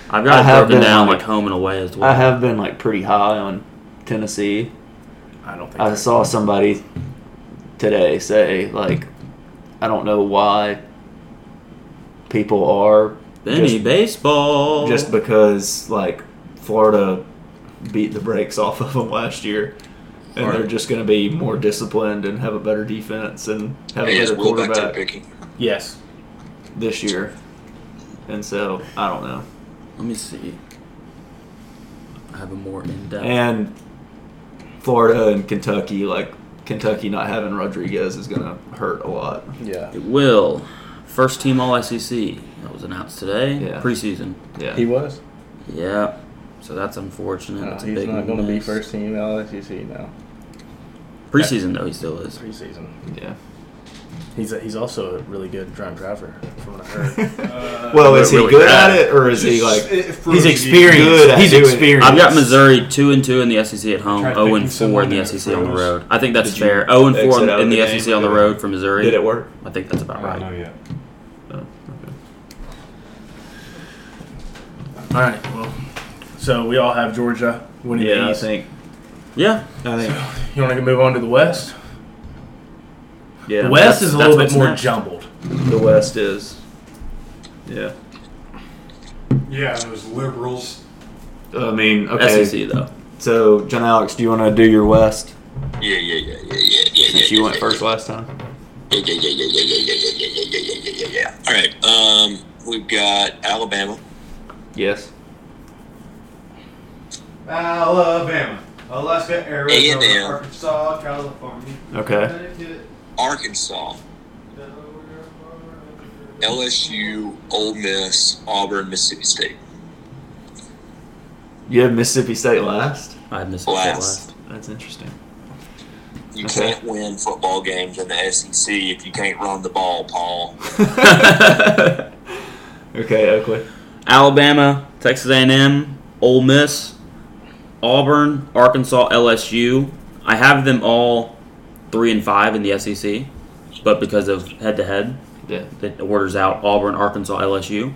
I've got
I
it
have
broken
been,
down
like-
like home and away as well.
I have been like pretty high on Tennessee
I don't think
I saw somebody today say like, I don't know why people are
Benny
just-
baseball.
just because like Florida beat the brakes off of them last year, and
Right.
they're just going to be more disciplined and have a better defense and have
Hey,
a
is
better
Will back there
quarterback
picking?
yes.
this year. And so I don't know.
Let me see. I have a more in depth.
And Florida and Kentucky, like Kentucky not having Rodriguez is going to hurt a lot.
Yeah.
It will. First team All SEC. That was announced today.
Yeah.
Preseason.
Yeah,
He was.
Yeah. So that's unfortunate.
Oh,
No,
That's a
he's
big
not going to be
miss.
first team all SEC now.
Preseason though, he still is.
Preseason.
yeah.
He's a, he's also a really good drunk driver, from what I heard.
Well, is he
really
good
bad.
at it, or is he like?
he's experienced.
good at
he's
doing it.
experienced.
I've got Missouri two and two in the SEC at home,
Tried
zero
picking
and four in
someone
the
that
SEC on the
froze.
road. I think that's
Did you
fair. Zero and four
exit
in,
out
in
of
the
the
SEC
game?
on the road for Missouri.
Did it work?
I think that's about
I don't know
right.
yet.
All right. Well, so we all have Georgia winning the
Yeah, I
East.
think.
Yeah,
I think.
You want to move on to the West?
Yeah,
the
that's-
West is a
that's
little bit
what's
more
next.
jumbled.
the West is. Yeah,
Yeah, those liberals.
I mean, okay.
SEC E though.
So, John Alex, do you want to do your West
Yeah, yeah, yeah, yeah, yeah, yeah.
since
yeah,
you
yeah,
went
yeah,
first last time?
Yeah, yeah, yeah, yeah, yeah, yeah, yeah, yeah, yeah, yeah, yeah, yeah, yeah, yeah. All right. Um, we've got Alabama.
Yes.
Alabama, Alaska, Arizona,
A&M.
Arkansas, California,
Okay.
Connecticut,
Arkansas,
Delaware,
LSU, Ole Miss, Auburn, Mississippi State.
You have Mississippi State last.
I missed it
Last.
last.
That's interesting.
You
Okay.
can't win football games in the SEC if you can't run the ball, Paul.
okay, Oakley.
Alabama, Texas A&M, Ole Miss, Auburn, Arkansas, LSU. I have them all three and five in the SEC, but because of head to head,
Yeah.
that orders out Auburn, Arkansas, LSU.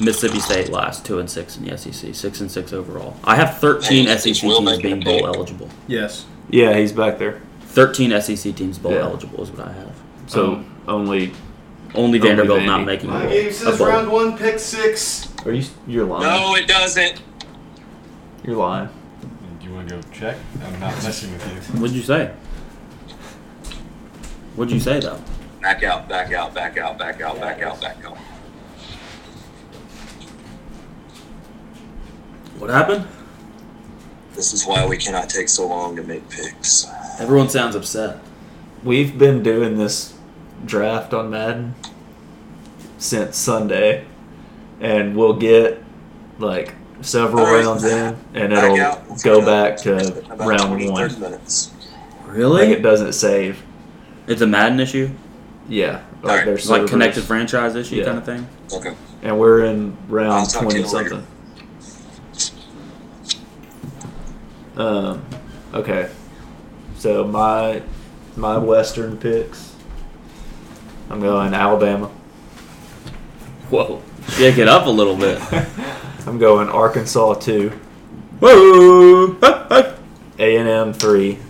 Mississippi State last two and six in the SEC, six and six overall. I have thirteen
Hey,
SEC
Will
teams
make
being
it
bowl
big.
eligible.
Yes.
Yeah, he's back there.
Thirteen SEC teams bowl
Yeah.
eligible is what I have.
So only.
Only Vanderbilt
Vandy.
not making
My
a
game
bowl. A
says
bowl.
round one, pick six.
Are you? You're lying.
No, it doesn't.
You're lying.
Do you want to go check? I'm not messing with you.
What'd you say? What'd you say though?
Back out, back out, back out, back out, back out, back out.
What happened?
This is why we cannot take so long to make picks.
Everyone sounds upset.
We've been doing this draft on Madden since Sunday, and we'll get like several
All right.
rounds in, and
Back
it'll
out. Let's
go
get
back
out. It's
to
been about
round
20, 30
one.
minutes.
Like
Really?
it doesn't save.
It's a Madden issue,
Yeah,
All right.
like there's
It's like connected franchise issue
Yeah.
kind of thing.
Okay.
and we're in
I'll
round
talk to
twenty
you later.
something. Um, okay, so my my Western picks. I'm going Alabama.
Whoa, shake it up a little bit.
I'm going Arkansas two,
Whoa, Huh, huh.
A and M three,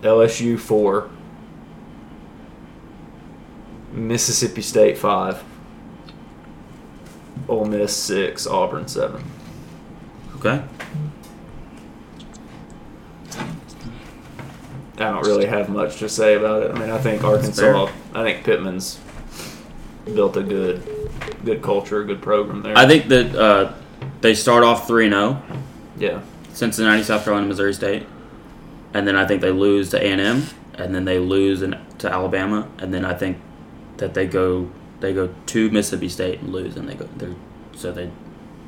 LSU four, Mississippi State five, Ole Miss six, Auburn seven.
Okay.
I don't really have much to say about it. I mean, I think Arkansas, I think Pittman's built a good, good culture, good program there.
I think that uh, they start off 3 0,
yeah,
Cincinnati, South Carolina, Missouri State. And then I think they lose to A&M, and then they lose in, to Alabama, and then I think that they go they go to Mississippi State and lose, and they go they're, so they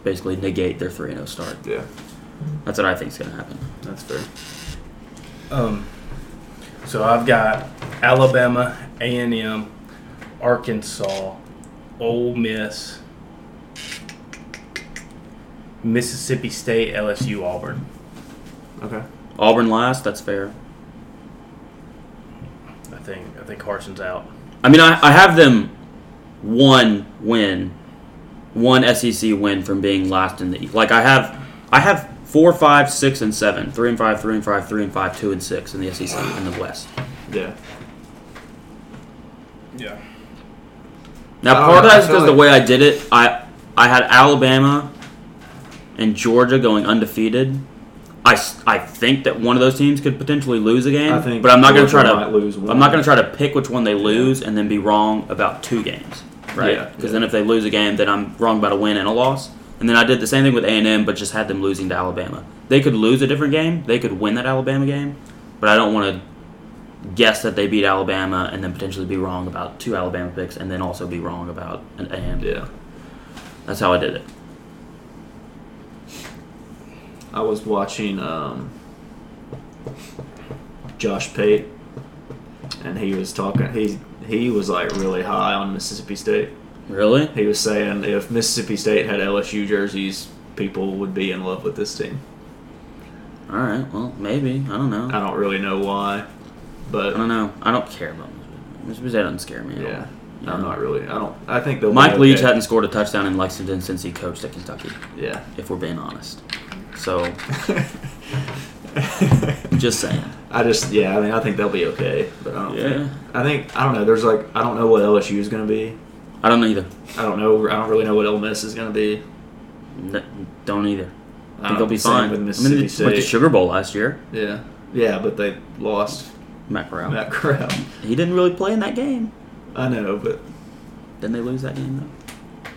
basically negate their 3 0 start.
yeah,
That's what I think is going to happen.
that's fair.
Um, so I've got Alabama, A and M, Arkansas, Ole Miss, Mississippi State, LSU, Auburn.
Okay,
Auburn last, that's fair.
I think I think Carson's out.
I mean, I, I have them one win, one SEC win from being last in the like. I have I have four, five, six, and seven, three and five, three and five, three and five, two and six in the SEC in the West.
yeah.
Yeah.
Now,
I don't
part of
know, I
that is
feel
because the
like-
way I did it, I I had Alabama and Georgia going undefeated. I, s- I think that one of those teams could potentially lose a game,
I think
but I'm not going to try
Georgia
to
might lose one.
I'm not going to try to pick which one they lose and then be wrong about two games, right?
Yeah,
Because then if they lose a game, then I'm wrong about a win and a loss. And then I did the same thing with A and M, but just had them losing to Alabama. They could lose a different game. They could win that Alabama game, but I don't want to guess that they beat Alabama and then potentially be wrong about two Alabama picks and then also be wrong about an A and
Yeah,
That's how I did it.
I was watching um, Josh Pate, and he was talking. He he was like really high on Mississippi State.
Really?
He was saying if Mississippi State had LSU jerseys, people would be in love with this team.
All right. Well, maybe. I don't know.
I don't really know why,
I
but
don't know. I don't care about Mississippi State. Doesn't scare me. At
yeah,
all.
I'm not really. I don't. I think they'll. be
Mike Leach
okay.
hadn't scored a touchdown in Lexington since he coached at Kentucky,
Yeah.
if we're being honest. So, just saying.
I just yeah. I mean, I think they'll be okay, but I don't.
Yeah.
Think, I think I don't know. There's like I don't know what LSU is gonna be.
I don't either.
I don't know. I don't really know what Ole Miss is gonna be.
N- don't either.
don't
I think they'll be
same
fine.
with
I
Mississippi
mean, they went to
State.
Sugar Bowl last year.
Yeah, yeah, but they lost
Matt Corral.
that crowd.
He didn't really play in that game.
I know, but
Didn't they lose that game though?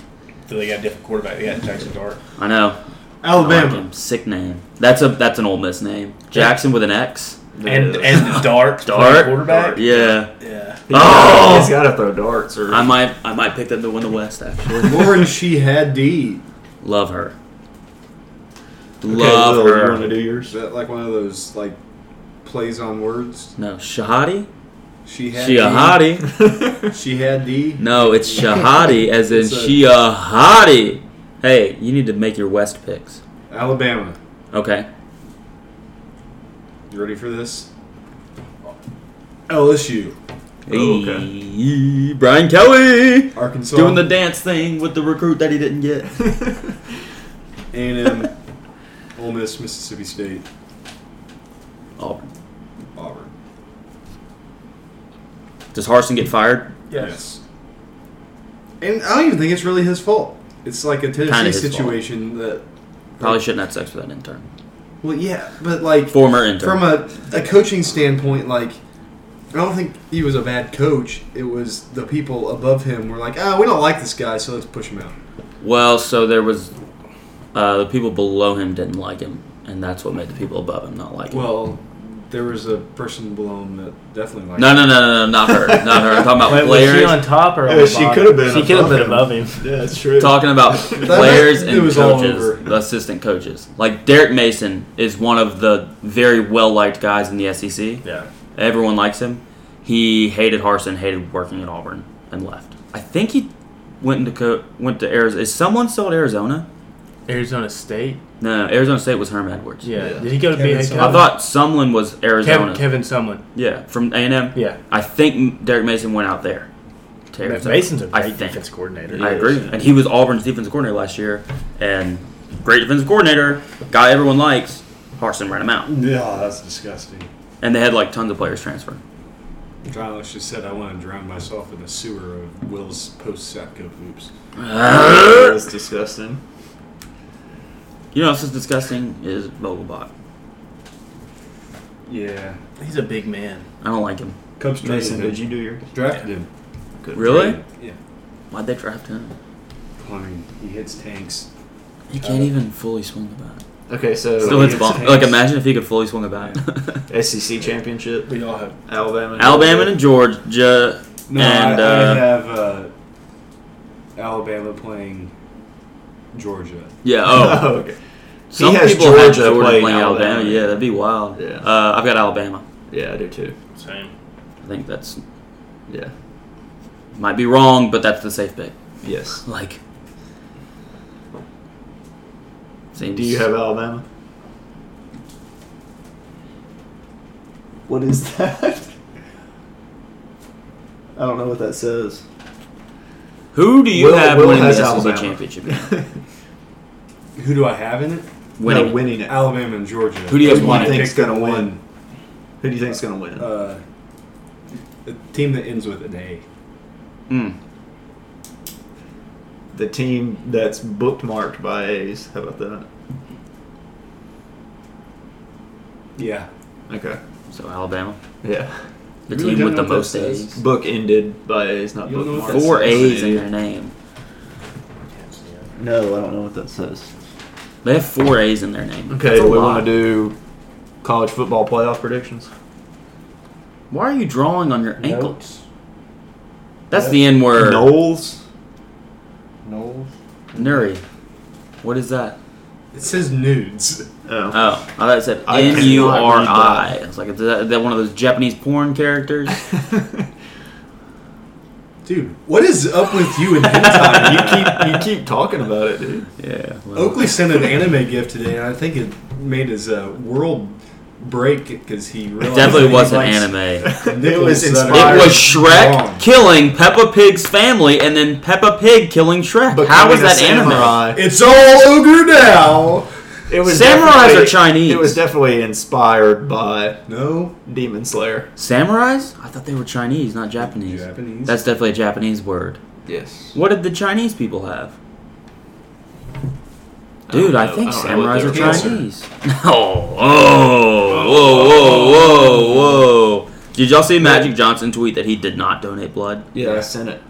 So they got a different quarterback. They got Jackson Dart.
I know. I like
Alabama.
him. Sick name. That's a that's an Ole Miss name. Jackson with an X.
And and Dart.
Dart?
quarterback.
Yeah.
Yeah.
Oh!
he's got to throw darts or
I might I might pick them to win the West actually.
Lauren, she had D.
Love her.
Okay,
Love
Lil,
her.
You want to do yours? Is that like one of those like plays on words?
no, Shahadi?
She had
She a hottie.
D. She had D.
No, it's Shahadi as in
It's a-
she a hottie. Hey, you need to make your West picks.
Alabama.
Okay.
You ready for this? LSU,
Oh, okay.
Hey, Brian Kelly
Arkansas,
doing the dance thing with the recruit that he didn't get.
A&M, Ole Miss, Mississippi State,
Auburn.
Auburn.
Does Harson get fired?
Yes. And I don't even think it's really his fault. It's like a
Kinda
Tennessee
his fault.
situation that
Probably shouldn't have sex with that intern.
Well, yeah, but like
Former intern.
from a, a coaching standpoint, like I don't think he was a bad coach. It was the people above him were like, oh, we don't like this guy, so let's push him out.
Well, so there was uh, the people below him didn't like him, and that's what made the people above him not like him.
Well, there was a person below him that definitely liked.
no, no, no, no, no, not her, not her. I'm talking about
Wait, was she
players.
on top or on
Yeah,
the
she
bottom?
could've been
She
above
could have been
him.
above him.
yeah, it's true.
talking about players
it
and
was all over.
coaches, the assistant coaches. Like Derek Mason is one of the very well liked guys in the SEC.
Yeah.
Everyone likes him. He hated Harson, hated working at Auburn, and left. I think he went into co- went to Arizona. Is someone still at Arizona?
Arizona State.
No, Arizona State was Herm Edwards.
Yeah.
Yeah.
Did he go to be
Kevin
a
Sumlin.
I thought Sumlin was Arizona.
Kevin, Kevin Sumlin.
Yeah, from A and M.
Yeah.
I think Derek Mason went out there. to Arizona.
Mason's a
I
great
think.
defense coordinator.
I agree. And he was Auburn's defensive coordinator last year, and great defensive coordinator, guy everyone likes. Harson ran him out.
Yeah, that's disgusting.
and they had like tons of players transferred.
Dryless just said, I want to drown myself in the sewer of Will's post Sapco poops.
That's disgusting.
You know, this is disgusting. Is Vogelbot?
Yeah.
He's a big man.
I don't like him.
Cubs
Mason,
drafted him.
did you do your?
Drafted him.
Good
Really?
Yeah.
Why'd they draft him?
I mean, he hits tanks.
He can't even fully swing the bat.
Okay, so
Still hits bomb.
tanks.
Like imagine if he could fully swing a bat.
SEC championship,
We all have.
Alabama,
Alabama and Georgia.
No,
and
I, I
uh,
have uh, Alabama playing Georgia.
yeah, oh,
Oh, okay.
some
has
people have
Georgia
Georgia
playing
playing Alabama.
Alabama.
Yeah, that'd be wild.
Yeah.
Uh, I've got Alabama.
Yeah, I do too.
Same.
I think that's
Yeah.
might be wrong, but that's the safe bet.
Yes.
Like, seems.
Do you have Alabama? What is that? I don't know what that says.
Who do you
Will-
have
Will
winning the
has
SEC
Alabama.
championship?
Who do I have in it?
Winning.
No, winning it.
Alabama and Georgia.
Who do you have
Who
winning?
think's
pick to
gonna win? Who do you think's gonna win?
Uh, a team that ends with an A.
Mm.
the team that's bookmarked by A's. How about that?
Yeah.
Okay.
So Alabama,
Yeah.
the
You really
team
don't
with the
know what that
most
says.
A's,
Book ended by A's, not
You don't know what
bookmarked.
that
four
says.
A's in their name.
No, I don't know what that says.
They have four A's in their name.
Okay,
That's a
do we
lot.
want to do college football playoff predictions?
Why are you drawing on your ankle? That's the N word.
Knowles?
Knowles.
Nuri. What is that?
It says nudes.
Oh.
Oh, I thought it said
I cannot
N U R I.
read
It's like is that, is that one of those Japanese porn characters.
Dude, what is up with you and hentai?
you keep you keep talking about it, dude.
yeah. well,
Oakley sent an anime gift today, and I think it made his uh, world break because he
it
realized
definitely
that
wasn't
he likes
anime.
It
nipples
was
that
inspired-
are
It was Shrek
long.
killing Peppa Pig's family, and then Peppa Pig killing Shrek. How
Becoming
is
a
that anime?
samurai.
It's all ogre now.
It was
Samurais
definitely-
are Chinese.
It was definitely inspired by
No,
Demon Slayer.
Samurais? I thought they were Chinese, not Japanese.
Japanese.
That's definitely a Japanese word.
Yes.
What did the Chinese people have? Dude, I,
know.
think
I don't know what
samurais are
their
answer.
Chinese. Oh, oh, whoa, whoa, whoa, whoa. Did y'all see Magic Johnson tweet that he did not donate blood?
Yeah,
Yeah.
I sent it.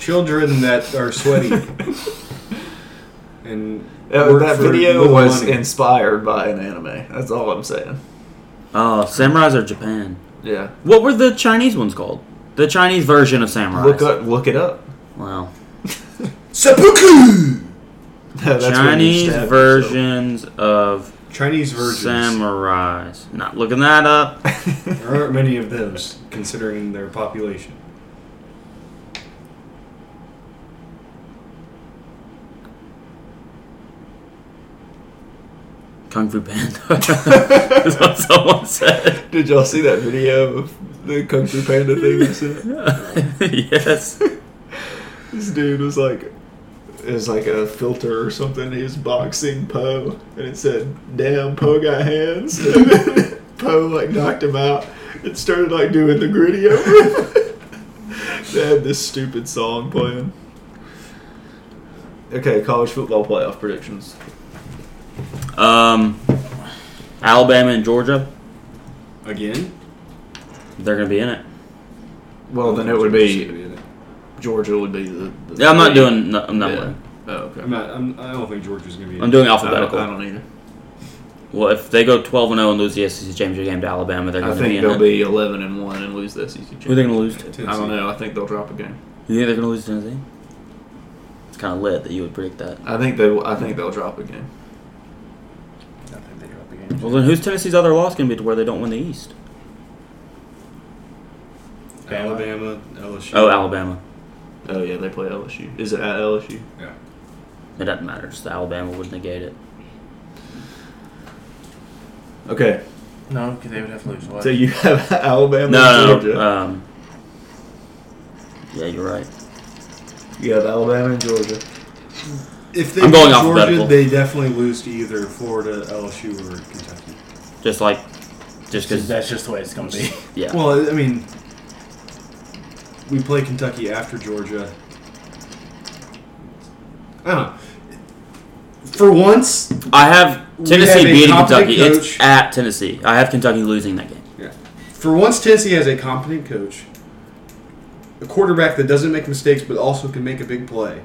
children that are sweaty. and
That,
work
Uh, that
for
video
little
was
money.
inspired by an anime. That's all I'm saying.
Oh, samurais are Japan.
Yeah.
What were the Chinese ones called? The Chinese version of samurais.
Look up. Look it up.
Wow.
seppuku.
That's when you
Chinese
stab
versions of
Chinese versions.
samurais. Not looking that up.
yourself.
There aren't many of those, considering their population.
Kung Fu Panda. That's what someone said.
Did y'all see that video of the Kung Fu Panda thing? I sent?
yes.
This dude was like, it was like a filter or something. He was boxing Poe, and it said, "Damn, Poe got hands." Poe like knocked him out. It started like doing the gritty over. they had this stupid song playing. Okay, college football playoff predictions.
Um, Alabama and Georgia,
Again?
they're going to be in it.
Well, then it would be Georgia would be the. the
Yeah, I'm not doing. No, I'm not.
Yeah.
winning.
Oh, okay.
I'm not. I'm, I don't think Georgia's gonna be.
I'm doing
I don't,
alphabetical.
I don't either.
Well, if they go 12 and 0 and lose the SEC championship game to Alabama, they're
I
going to be
think
in
they'll
it.
be eleven and one and lose the E SEC championship.
Who are they going to lose to? You think
I don't know. I think they'll drop a game.
they're going to lose to Tennessee? It's kind of lit that you would predict that.
I think they. I think they'll drop a game.
Well, then who's Tennessee's other loss going to be to where they don't win the East?
Alabama, LSU.
Oh, Alabama.
Oh yeah, they play LSU. Is it at LSU?
Yeah.
It doesn't matter. Just Alabama would negate it.
Okay,
No, because they would have to lose what?
so you have Alabama,
No,
and
no,
Georgia.
no. Um, yeah, you're right.
you have Alabama and Georgia.
If they
I'm
beat
going
Georgia,
alphabetical.
they definitely lose to either Florida, LSU, or Kentucky.
Just like Just
Because
because,
that's just the way it's going to be.
yeah.
Well, I mean, we play Kentucky after Georgia. I don't know. For once,
I have
We
Tennessee
have a
beating
competent
Kentucky.
coach.
It's at Tennessee. I have Kentucky losing that game.
for once, Tennessee has a competent coach, a quarterback that doesn't make mistakes but also can make a big play,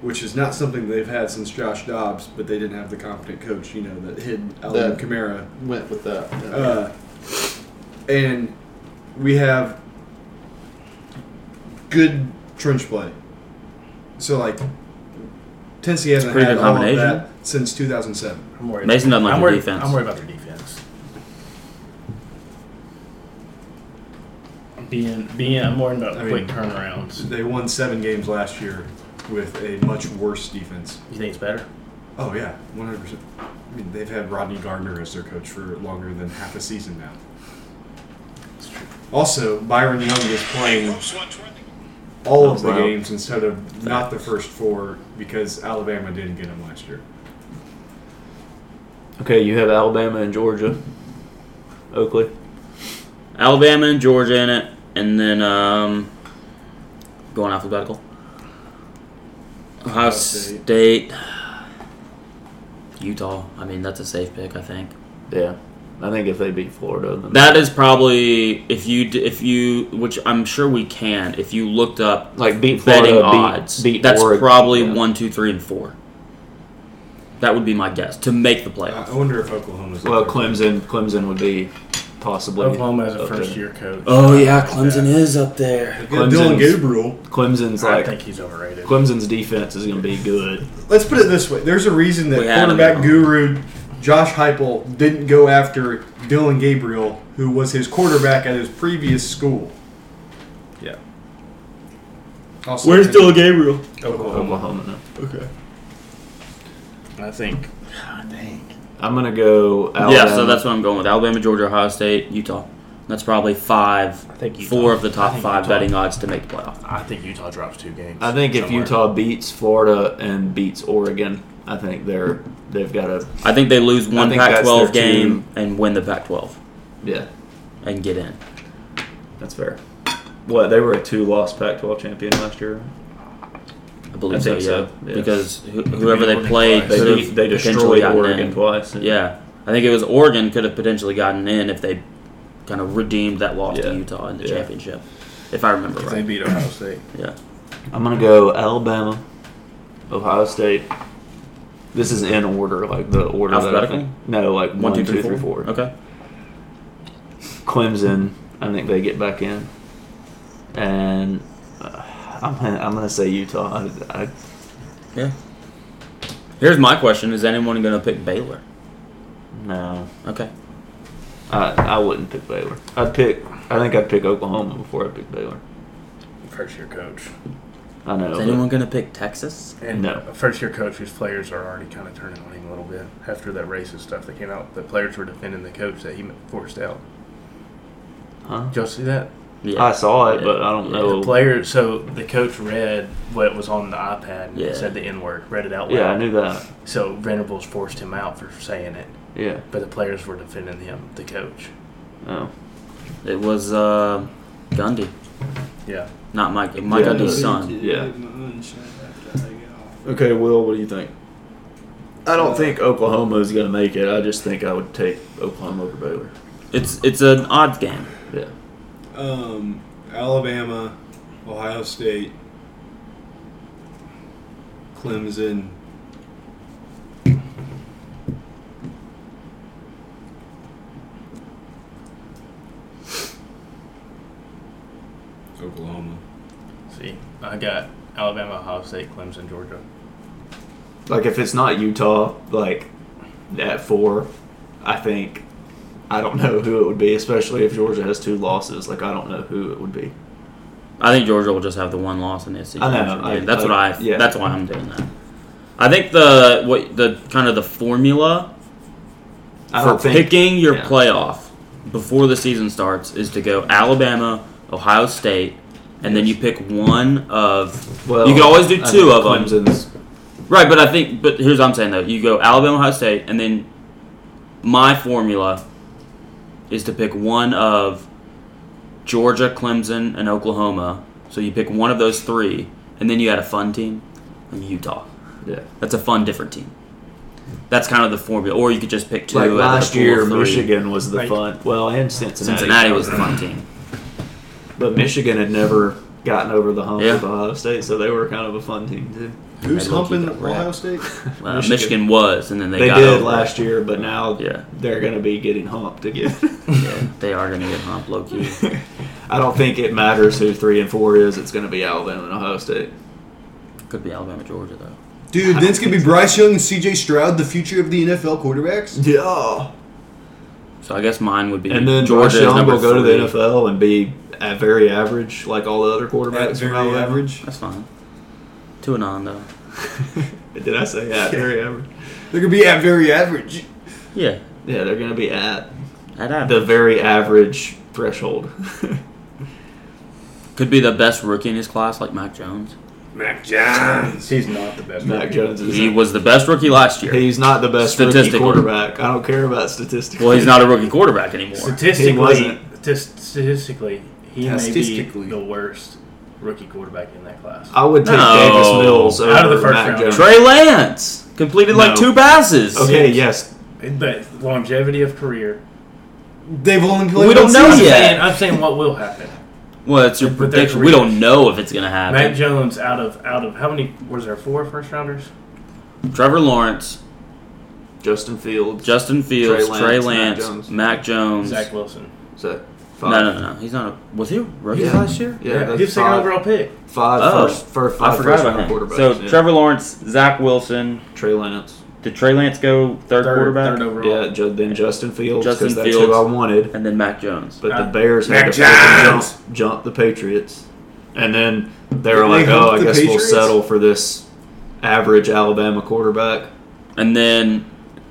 which is not something they've had since Josh Dobbs. But they didn't have the competent coach, you know, that hid Alvin
That-
Kamara.
Went with that.
Uh, and we have good trench play. So like Tennessee hasn't
pretty
had
good
all of
combination.
that since 2007.
I'm worried.
Mason doesn't like
I'm
their
worried,
defense.
I'm worried about their defense. Being, being, I'm worried about
I mean-
quick turnarounds.
They won seven games last year with a much worse defense.
You think it's better?
Oh yeah, 100. percent I mean, they've had Rodney Gardner as their coach for longer than half a season now. Also, Byron Young is playing all of the
Wow.
games instead of not the first four because Alabama didn't get him last year.
Okay, you have Alabama and Georgia. Oakley.
Alabama and Georgia in it, and then um, going alphabetical. Ohio
Ohio
State.
State.
Utah. I mean, that's a safe pick, I think.
Yeah. I think if they beat Florida, then
That is probably if you d- if you which I'm sure we can if you looked up
like beat Florida,
betting
beat,
odds.
beat
that's
Oregon.
probably
Yeah.
one, two, three, and four. That would be my guess to make the playoff.
I wonder if Oklahoma's
Well, Clemson, Clemson would be possibly
Oklahoma has a
up there.
first year coach.
Oh yeah, Clemson is up there.
Yeah, Dylan
Clemson's-
Gabriel.
Clemson's
I
like
think he's overrated.
Clemson's defense is going to be good.
Let's put it this way: there's a reason that
We had him.
quarterback guru Josh Heupel didn't go after Dylan Gabriel, who was his quarterback at his previous school.
Yeah.
Also,
Gabriel?
Oklahoma?
Oklahoma. no.
Okay.
I think. God Ah, dang.
I'm going to go. Alabama.
Yeah, so that's what I'm going with: Alabama, Georgia, Ohio State, Utah. That's probably five,
I think Utah.
four of the
I
top
think
five
Utah.
betting odds to make the playoff.
I think Utah drops two games.
I think if
somewhere.
Utah beats Florida and beats Oregon, I think they're they've got a
I think they lose one
think that's
Pac-12
their
game and win the Pac-12
yeah.
and get in.
That's fair. What they were a two-loss Pac-12 champion last year.
I believe
I
so,
think
yeah.
so, yeah.
Because who, whoever they
Oregon
played,
twice.
They,
could
de-
have
they
potentially
destroyed
gotten
Oregon
in.
twice.
Yeah, I think it was Oregon could have potentially gotten in if they kind of redeemed that loss
Yeah.
to Utah in the
Yeah.
championship, if I remember
If they
right.
beat Ohio State.
Yeah,
I'm gonna go Alabama, Ohio State. This is in order, like the order. that I
Alphabetical?
think- No, like one, two, three, four.
Okay,
Clemson, I think they get back in, and uh, I'm gonna- I'm gonna say Utah. I, I,
yeah. Here's my question: Is anyone going to pick Baylor?
no,
Okay,
I I wouldn't pick Baylor. I'd pick. I think I'd pick Oklahoma before I pick Baylor.
First year coach.
I know.
is
but-
anyone going to pick Texas?
And
No.
a first year coach whose players are already kind of turning on him a little bit after that racist stuff that came out. The players were defending the coach that he forced out.
Huh?
Did y'all see that?
Yeah,
I saw it, but I don't
Yeah.
know.
The player, so the coach read what was on the iPad and
Yeah.
said the N word, read it out loud.
yeah, I knew that.
So Venables forced him out for saying it,
Yeah.
but the players were defending him, the coach.
Oh.
it was uh, Gundy,
Yeah.
not Mike. Mike
Yeah,
Gundy's
no.
son.
Yeah. Okay, Will, what do you think? I don't think Oklahoma is going to make it. I just think I would take Oklahoma over Baylor.
It's it's an odd game.
Yeah.
Um, Alabama, Ohio State, Clemson. Oklahoma.
See, I got Alabama, Ohio State, Clemson, Georgia.
Like if it's not Utah, like at four, I think I don't know who it would be, especially if Georgia has two losses. Like I don't know who it would be.
I think Georgia will just have the one loss in the SEC.
I know,
championship
I-
game. that's
I-
what I.
yeah.
That's why I'm doing that. I think the what the kind of the formula
I
for
don't think
picking your
yeah.
playoff before the season starts is to go Alabama, Ohio State, and then you pick one of.
Well,
you can always do
I
two
think
of 'em.
Clemson's,
Right, but I think. But here's what I'm saying though: you go Alabama, Ohio State, and then my formula is to pick one of Georgia, Clemson, and Oklahoma. So you pick one of those three, and then you had a fun team, like Utah.
Yeah.
That's a fun, different team. That's kind of the formula. Or you could just pick two. out
Like
of the
last
pool
year,
of three.
Michigan was the
Right.
fun. Well, and Cincinnati.
Cincinnati was the fun team.
But Michigan had never gotten over the hump
Yeah.
of Ohio State, so they were kind of a fun team too.
Who's
They low-key
humping
got wrecked.
Ohio State?
Well, Uh, Michigan. was, and then they,
They,
got
did
over.
last year, but now
Yeah.
they're going to be getting humped again.
Yeah, they are going to get humped, low key.
I don't think it matters who three and four is. It's going to be Alabama and Ohio State.
Could be Alabama, Georgia though.
Dude, then it's gonna be Bryce Young and C.J. Stroud, the future of the NFL quarterbacks.
Yeah.
So I guess mine would be.
And then
Georgia
George
is
Young
number
will go to
three.
the NFL and be at very average, like all the other quarterbacks.
At
from
very
Alabama.
average.
That's fine. Two and on though.
Did I say at very average?
They're gonna be at very average.
Yeah.
Yeah, they're going to be at
I'd have
the very average threshold.
could be the best rookie in his class, like Mac Jones.
He's not the best.
Mac Jones is.
He was the best rookie last year.
He's not the best rookie
Statistically.
quarterback. I don't care about statistics.
well, he's not a rookie quarterback anymore.
He
Statistically,
wasn't.
tis- statistically, he may be
Statistically.
the worst rookie quarterback in that class.
I would take
No.
Davis Mills over
Out of the first
Mac
round.
Jones.
Trey Lance completed like
No.
two passes.
Okay, yes.
But longevity of career.
They've only played.
We don't
one
know
season.
I'm
yet.
saying, I'm saying what will happen.
Well, it's your
But their
prediction. We
careers.
don't know if it's gonna happen.
Mac Jones out of out of how many was there four first rounders?
Trevor Lawrence,
Justin Fields.
Justin Fields,
Trey
Trey
Lance, Mac
Lance,
Jones.
Mac Jones.
Zach Wilson.
Is that five?
No, no, no, no. He's not a. Was he a rookie
Yeah.
last year?
Yeah,
he was
that's
second
five.
overall pick.
Five
Oh.
first, first five
I forgot
first round
about him.
quarterbacks.
So
yeah.
Trevor Lawrence, Zach Wilson.
Trey Lance.
Did Trey Lance go third,
Third,
quarterback?
third overall.
Yeah, ju- then Justin Fields
Justin
because that's who
Fields.
I wanted.
and then Mac Jones.
But the
Uh,
Bears had to freaking jump, jump the Patriots, and then they were
They
like, "Oh,
humped
I
the
guess
Patriots?
we'll settle for this average Alabama quarterback."
And then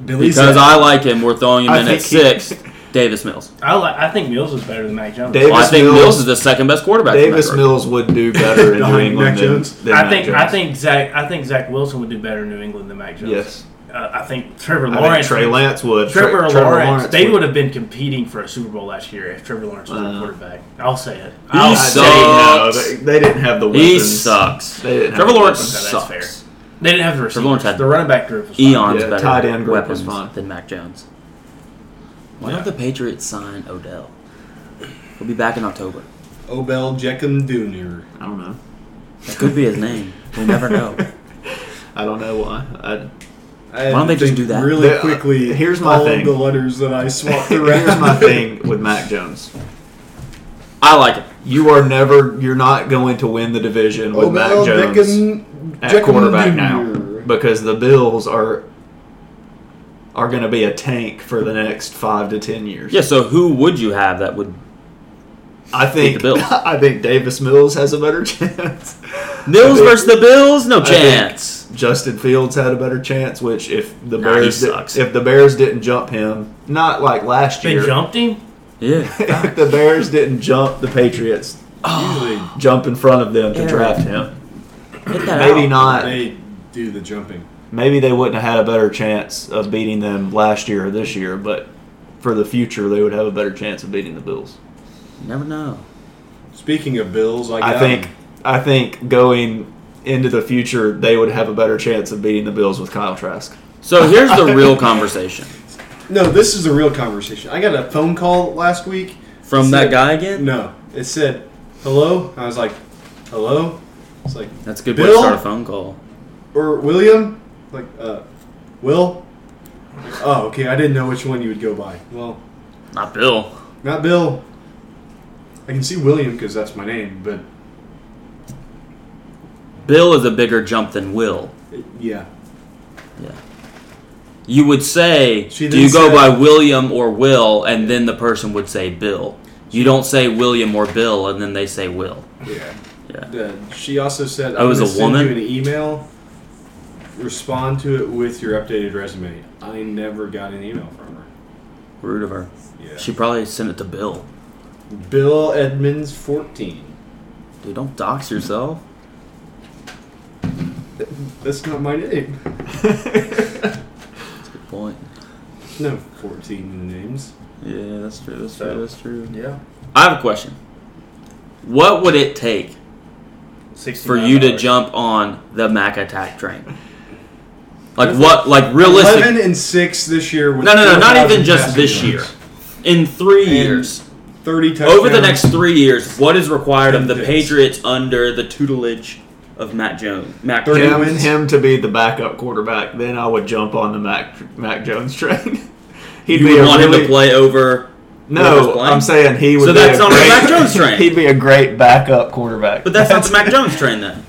Billy's
because
at-
I like him, we're throwing him
I
in at
think he-
six. Davis Mills.
I like. I think Mills was better than Mac Jones.
Davis
Well, I think Mills,
Mills
is the second best quarterback. in that
Davis
group.
Mills would do better in New
Behind Mac
England than,
Jones?
than
I
Mac
think
Jones.
I think Zach I think Zach Wilson would do better in New England than Mac Jones.
yes.
Uh, I think Trevor
I think
Lawrence.
Trey Lance would. Tre-
Trevor, Lawrence, They would
would.
have been competing for a Super Bowl last year if Trevor Lawrence was
Uh,
a quarterback. I'll say it.
He
I'll
I
sucks.
say
think no, they, they didn't have the weapons.
He sucks.
They didn't have
Trevor
the
Lawrence
weapons.
sucks.
Okay, that's they didn't have the receivers.
Lawrence had
the running back group was fine.
Eons
Yeah,
better
tight end group
weapons
is fine.
than Mac Jones. Why don't the Patriots sign Odell? We'll be back in October.
Obel Jeckham Jr.
I don't know.
That could be his name. We'll never know.
I don't know why. I,
Why
don't they just do that?
Really
They-
quickly.
here's my
all
thing.
Of the letters that I swapped around.
here's my thing with Mac Jones.
I like it.
You are never. You're not going to win the division with
Obel
Mac Jones
Jeckham
at
Jeckham
quarterback
Jr..
now because the Bills are are going to be a tank for the next five to ten years.
Yeah. So who would you have that would?
I think.
Bills.
I think Davis Mills has a better chance.
Bills versus the Bills? No
I think-
chance.
Justin Fields had a better chance, which if the
Nah, he
Bears di-
sucks.
if the Bears didn't jump him, not like last
They
year.
jumped him.
Yeah.
if the Bears didn't jump the Patriots,
Usually
jump in front of them to
Yeah.
draft him.
Hit that
Maybe
out.
not.
they do the jumping.
Maybe they wouldn't have had a better chance of beating them last year or this year, but for the future, they would have a better chance of beating the Bills.
Never know.
Speaking of Bills, I,
I
got
think. I think going into the future, they would have a better chance of beating the Bills with Kyle Trask.
So here's the real conversation
No, this is a real conversation. I got a phone call last week.
from
It
that
said-
guy again.
No, it said, "Hello." I was like, "Hello." It's like,
That's a good way to
Bill?
start a phone call.
or William, like, uh, Will. Oh, okay. I didn't know which one you would go by. Well,
Not Bill.
not Bill. I can see William because that's my name, but
Bill is a bigger jump than Will.
uh, yeah.
You would say,
She
do you
then
go
said-
by William or Will? And then the person would say Bill. You don't say William or Bill, and then they say Will.
Yeah.
Yeah.
Uh, she also said,
Oh, it was
gonna
a woman?
Send you an email. Respond to it with your updated resume. I never got an email from her.
Rude of her.
Yeah.
She probably sent it to Bill.
Bill Edmonds, fourteen.
Dude, don't dox yourself.
That's not my name.
That's a good point.
No, fourteen names.
Yeah, that's true. That's
So-
true. That's true.
Yeah.
I have a question. What would it take
Sixty
for you to jump on the Mac Attack train? Like what? Like realistic?
Eleven and six this year. With
No, no, no. Not
4,000
even just this
passing
year.
yards.
In three
And
years,
Thirty touchdowns.
over the next three years, what is required of the
Ten picks.
Patriots under the tutelage of Matt Jones? Mac
Thirty
Jones.
wins.
wins.
him to be the backup quarterback, then I would jump on the Mac Mac Jones train. He'd
You
be
would
a
want him
really-
to play over. whoever's
No,
playing?
I'm saying he would.
So
be
that's
a
on the
great,
Mac Jones train.
He'd be a great backup quarterback.
But that's not the Mac Jones train then.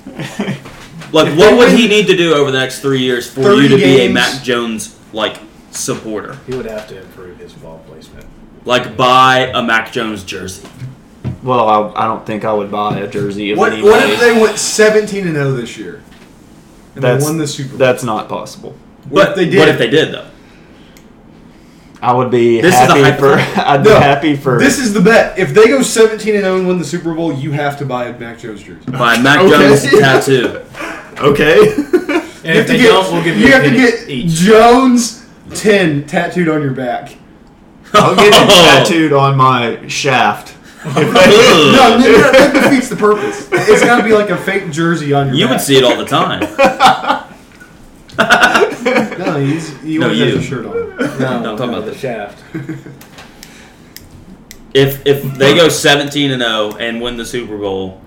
Like, what would he need to do over the next three years for you
30
to be a
games.
Mac Jones like supporter?
He would have to improve his ball placement.
Like, buy a Mac Jones jersey.
well, I, I don't think I would buy a jersey of
What,
anybody.
what if they went seventeen and zero this year? And
That's-
they won the Super Bowl.
That's not possible.
what
but
if they did?
What if they did though?
I would be
This is a
happy for.
hypothetical.
I'd be
No.
happy for.
This is the bet. If they go seventeen and zero and win the Super Bowl, you have to buy a Mac Jones jersey.
Buy a Mac
Okay.
Jones tattoo.
okay.
And if
to
they
get-
don't, we'll give you,
you
a
have to
penny
get
each.
Jones ten tattooed on your back.
I'll get
Oh,
it tattooed on my shaft.
No, no, no, that defeats the purpose. It's got to be like a fake jersey on your.
You would
back.
see it all the time.
No, he's, he
No,
always has
you.
a shirt on.
No,
I'm talking about
the
the-
shaft.
If if they go seventeen and zero and win the Super Bowl,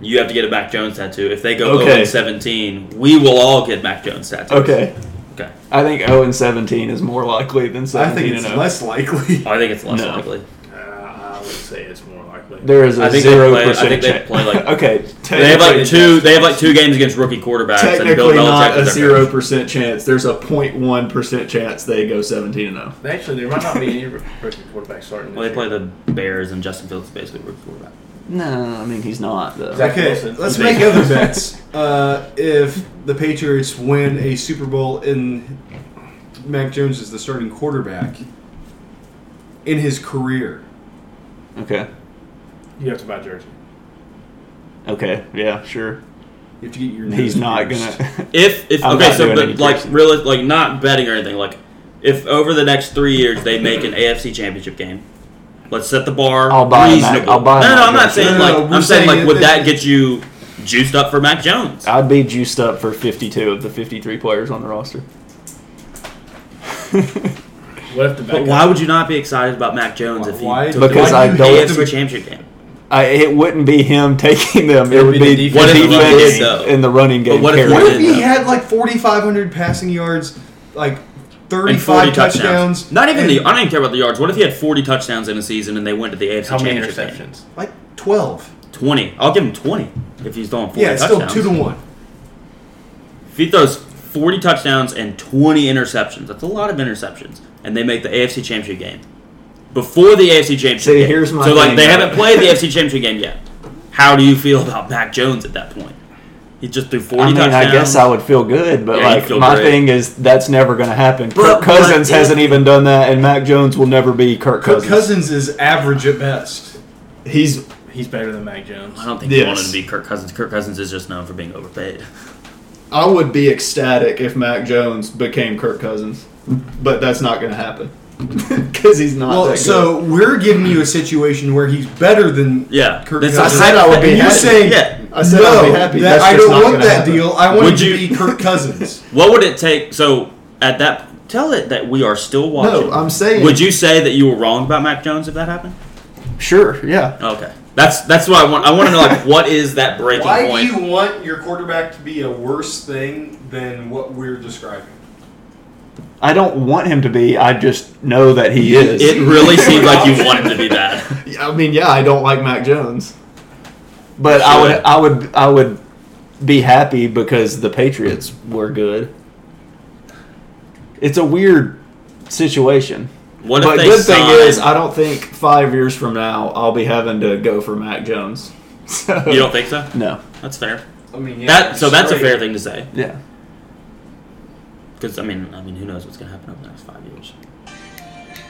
you have to get a Mac Jones tattoo. If they go
Okay.
0 and seventeen, we will all get Mac Jones tattoos.
Okay.
Okay.
I think 0 and 17 is more likely than 17
I think it's
and 0.
less likely.
I think it's less
No.
likely.
Uh, I would say it's more likely.
There is
I
a
think they play-
zero
I
percent.
think they
chance.
play like-
okay.
They have
technically-
like two. They have like two games against rookie quarterbacks, and Bill
Technically,
Belichick
not a
is their
zero
coach.
percent chance. There's a 0.1 percent chance they go 17 and 0.
Actually, there might not be any rookie quarterback starting.
Well, they
this
play
year.
the Bears, and Justin Fields is basically rookie quarterback.
No, I mean he's not though.
Zach
Okay,
Wilson.
let's make other bets. Uh, if the Patriots win a Super Bowl and Mac Jones is the starting quarterback in his career,
Okay.
You have to buy jersey.
Okay. Yeah. Sure.
you have to get your.
He's
nose
not
pierced.
gonna.
If if
I'm
okay,
not
so
doing
but
any
like
piercing.
really like not betting or anything. Like if over the next three years they make an AFC Championship game, let's set the bar
I'll buy a Mac-
reasonable.
I'll buy a
no, no,
Mac
I'm not
Jones.
No,
saying
no,
like
no, we're
I'm
saying
saying like
that
would
they-
that get you juiced up for Mac Jones?
I'd be juiced up for 52 of the 53 players on the roster.
What if the
But
backup?
why would you not be excited about Mac Jones if he
Why-
took
Because
the
I
AFC
don't-
Championship game?
I, it wouldn't be him taking them. It,
It'd
would
be
be,
the
the
defense.
What if he
defense
did, though?
in the running game.
what if he
carried.
What if
Yeah.
he had like 4,500 passing yards, like 35 touchdowns?
Not even
and,
the. I don't even care about the yards. What if he had 40 touchdowns in a season and they went to the AFC
How many
Championship game?
interceptions?
like 12.
20. I'll give him 20 if he's throwing 40
Yeah, it's still
touchdowns.
two to one.
If he throws 40 touchdowns and 20 interceptions, that's a lot of interceptions, and they make the AFC Championship game before the AFC Championship.
See,
game.
here's my
so like
thing.
they haven't played the AFC Championship game yet. How do you feel about Mac Jones at that point? He just threw 40
I mean,
touchdowns.
I guess I would feel good, but
Yeah, you'd
like
feel
my
great.
thing is that's never going to happen.
But-
Kirk Cousins
but-
hasn't even done that, and Mac Jones will never be Kirk
Kirk
Cousins.
Cousins is average at best.
He's
He's better than Mac Jones.
I don't think he
Yes.
wanted to be Kirk Cousins. Kirk Cousins is just known for being overpaid.
I would be ecstatic if Mac Jones became Kirk Cousins, but that's not going to happen because he's not.
Well, so we're giving you a situation where he's better than
Yeah,
Kirk
that's-
Cousins.
I said I would be
And you're
happy.
saying
Yeah.
I said
no,
I'd be happy.
That,
That's
I
just
don't
not
want
gonna
that
happen.
deal. I want
Would
him
you-
to be Kirk Cousins.
What would it take? So at that, tell it that we are still watching.
I'm saying-
Would you say that you were wrong about Mac Jones if that happened?
sure, yeah.
Okay, that's that's what I want. I want to know like what is that breaking
Why
point?
do you want your quarterback to be a worse thing than what we're describing?
I don't want him to be. I just know that he is.
It really seemed like you wanted to be that.
Yeah, I mean, yeah, I don't like Mac Jones, but I would, I would, I would be happy because the Patriots were good. It's a weird situation,
What
but
if they
good thing
sign-
is, I don't think five years from now I'll be having to go for Mac Jones. So,
you don't think so?
No.
That's fair.
I mean, yeah,
that so that's a
straight.
fair thing to say
Yeah.
because I mean I mean who knows what's gonna happen over the next five years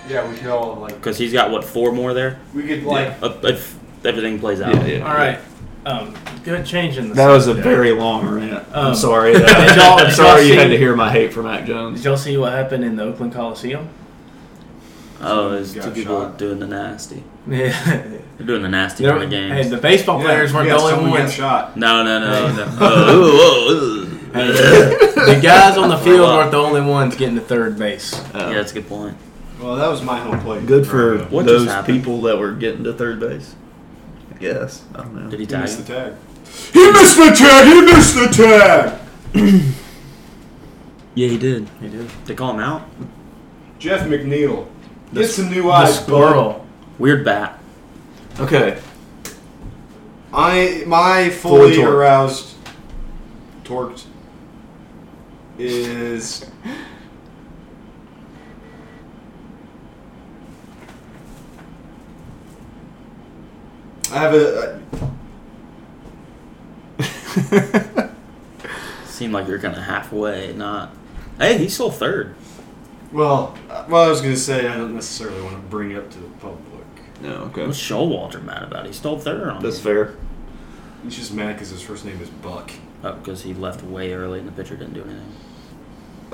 Yeah, we could all like
because he's got what four more there
we could like
Uh, if everything plays out.
Yeah. yeah.
All right. Um, good change in the.
That was a
subject.
very long rant.
Um,
I'm sorry.
did y'all-
I'm
did
sorry
y'all
you had
see-
to hear my hate for Mac Jones.
Did y'all see what happened in the Oakland Coliseum?
Oh, it's
Got
two people
shot.
doing the nasty.
Yeah.
They're doing the nasty
There-
kind of
hey,
games.
the baseball players weren't
yeah,
the only
someone got
ones.
shot.
no, no, no. no. Oh, oh, oh.
the guys on the field weren't the only ones getting to third base.
Oh. Yeah, that's a good point.
Well, that was my home plate.
Good for
What just
those
happened?
people that were getting to third base. I guess. I don't know.
Did
He
he tag?
missed the
him?
tag. He missed the tag.
Yeah, he did.
You do.
They call him out.
Jeff McNeil. Get some new
The
eyes, bud.
squirrel.
Weird bat.
Okay.
I my fully
torqued.
aroused torqued is I have a
Seemed like you're kind of halfway. Not. Hey, he's still third.
well well I was gonna say I don't necessarily want to bring it up to the public.
No, okay.
What's Showalter mad about? He's still third on.
That's fair.
He's just mad because his first name is Buck.
Oh, because he left way early and the pitcher didn't do anything.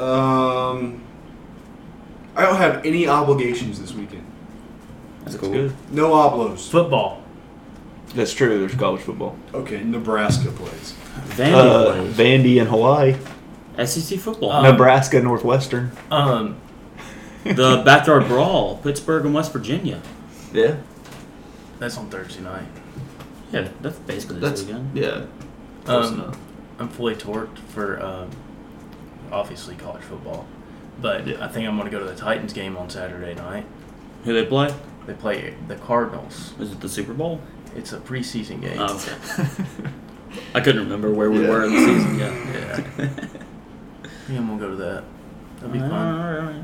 Um I don't have any obligations this weekend.
That's,
That's
cool.
good.
No oblos.
Football.
That's true. There's college football.
Okay, Nebraska plays.
Vandy
Uh, Vandy and Hawaii.
plays SEC football.
Uh,
Nebraska, Northwestern.
Um,
the backyard brawl, Pittsburgh and West Virginia.
Yeah.
that's on Thursday night.
Yeah, that's basically this
That's
weekend.
yeah. Close
Um,
enough.
I'm fully torqued for um, obviously college football, but
Yeah.
I think I'm going to go to the Titans game on Saturday night.
Who they play?
They play the Cardinals.
Is it the Super Bowl?
It's a preseason game.
Oh, okay. I couldn't remember where we were in the season. Yeah.
Yeah, I think I'm gonna go to that. That'll be
All
fun.
right, all right.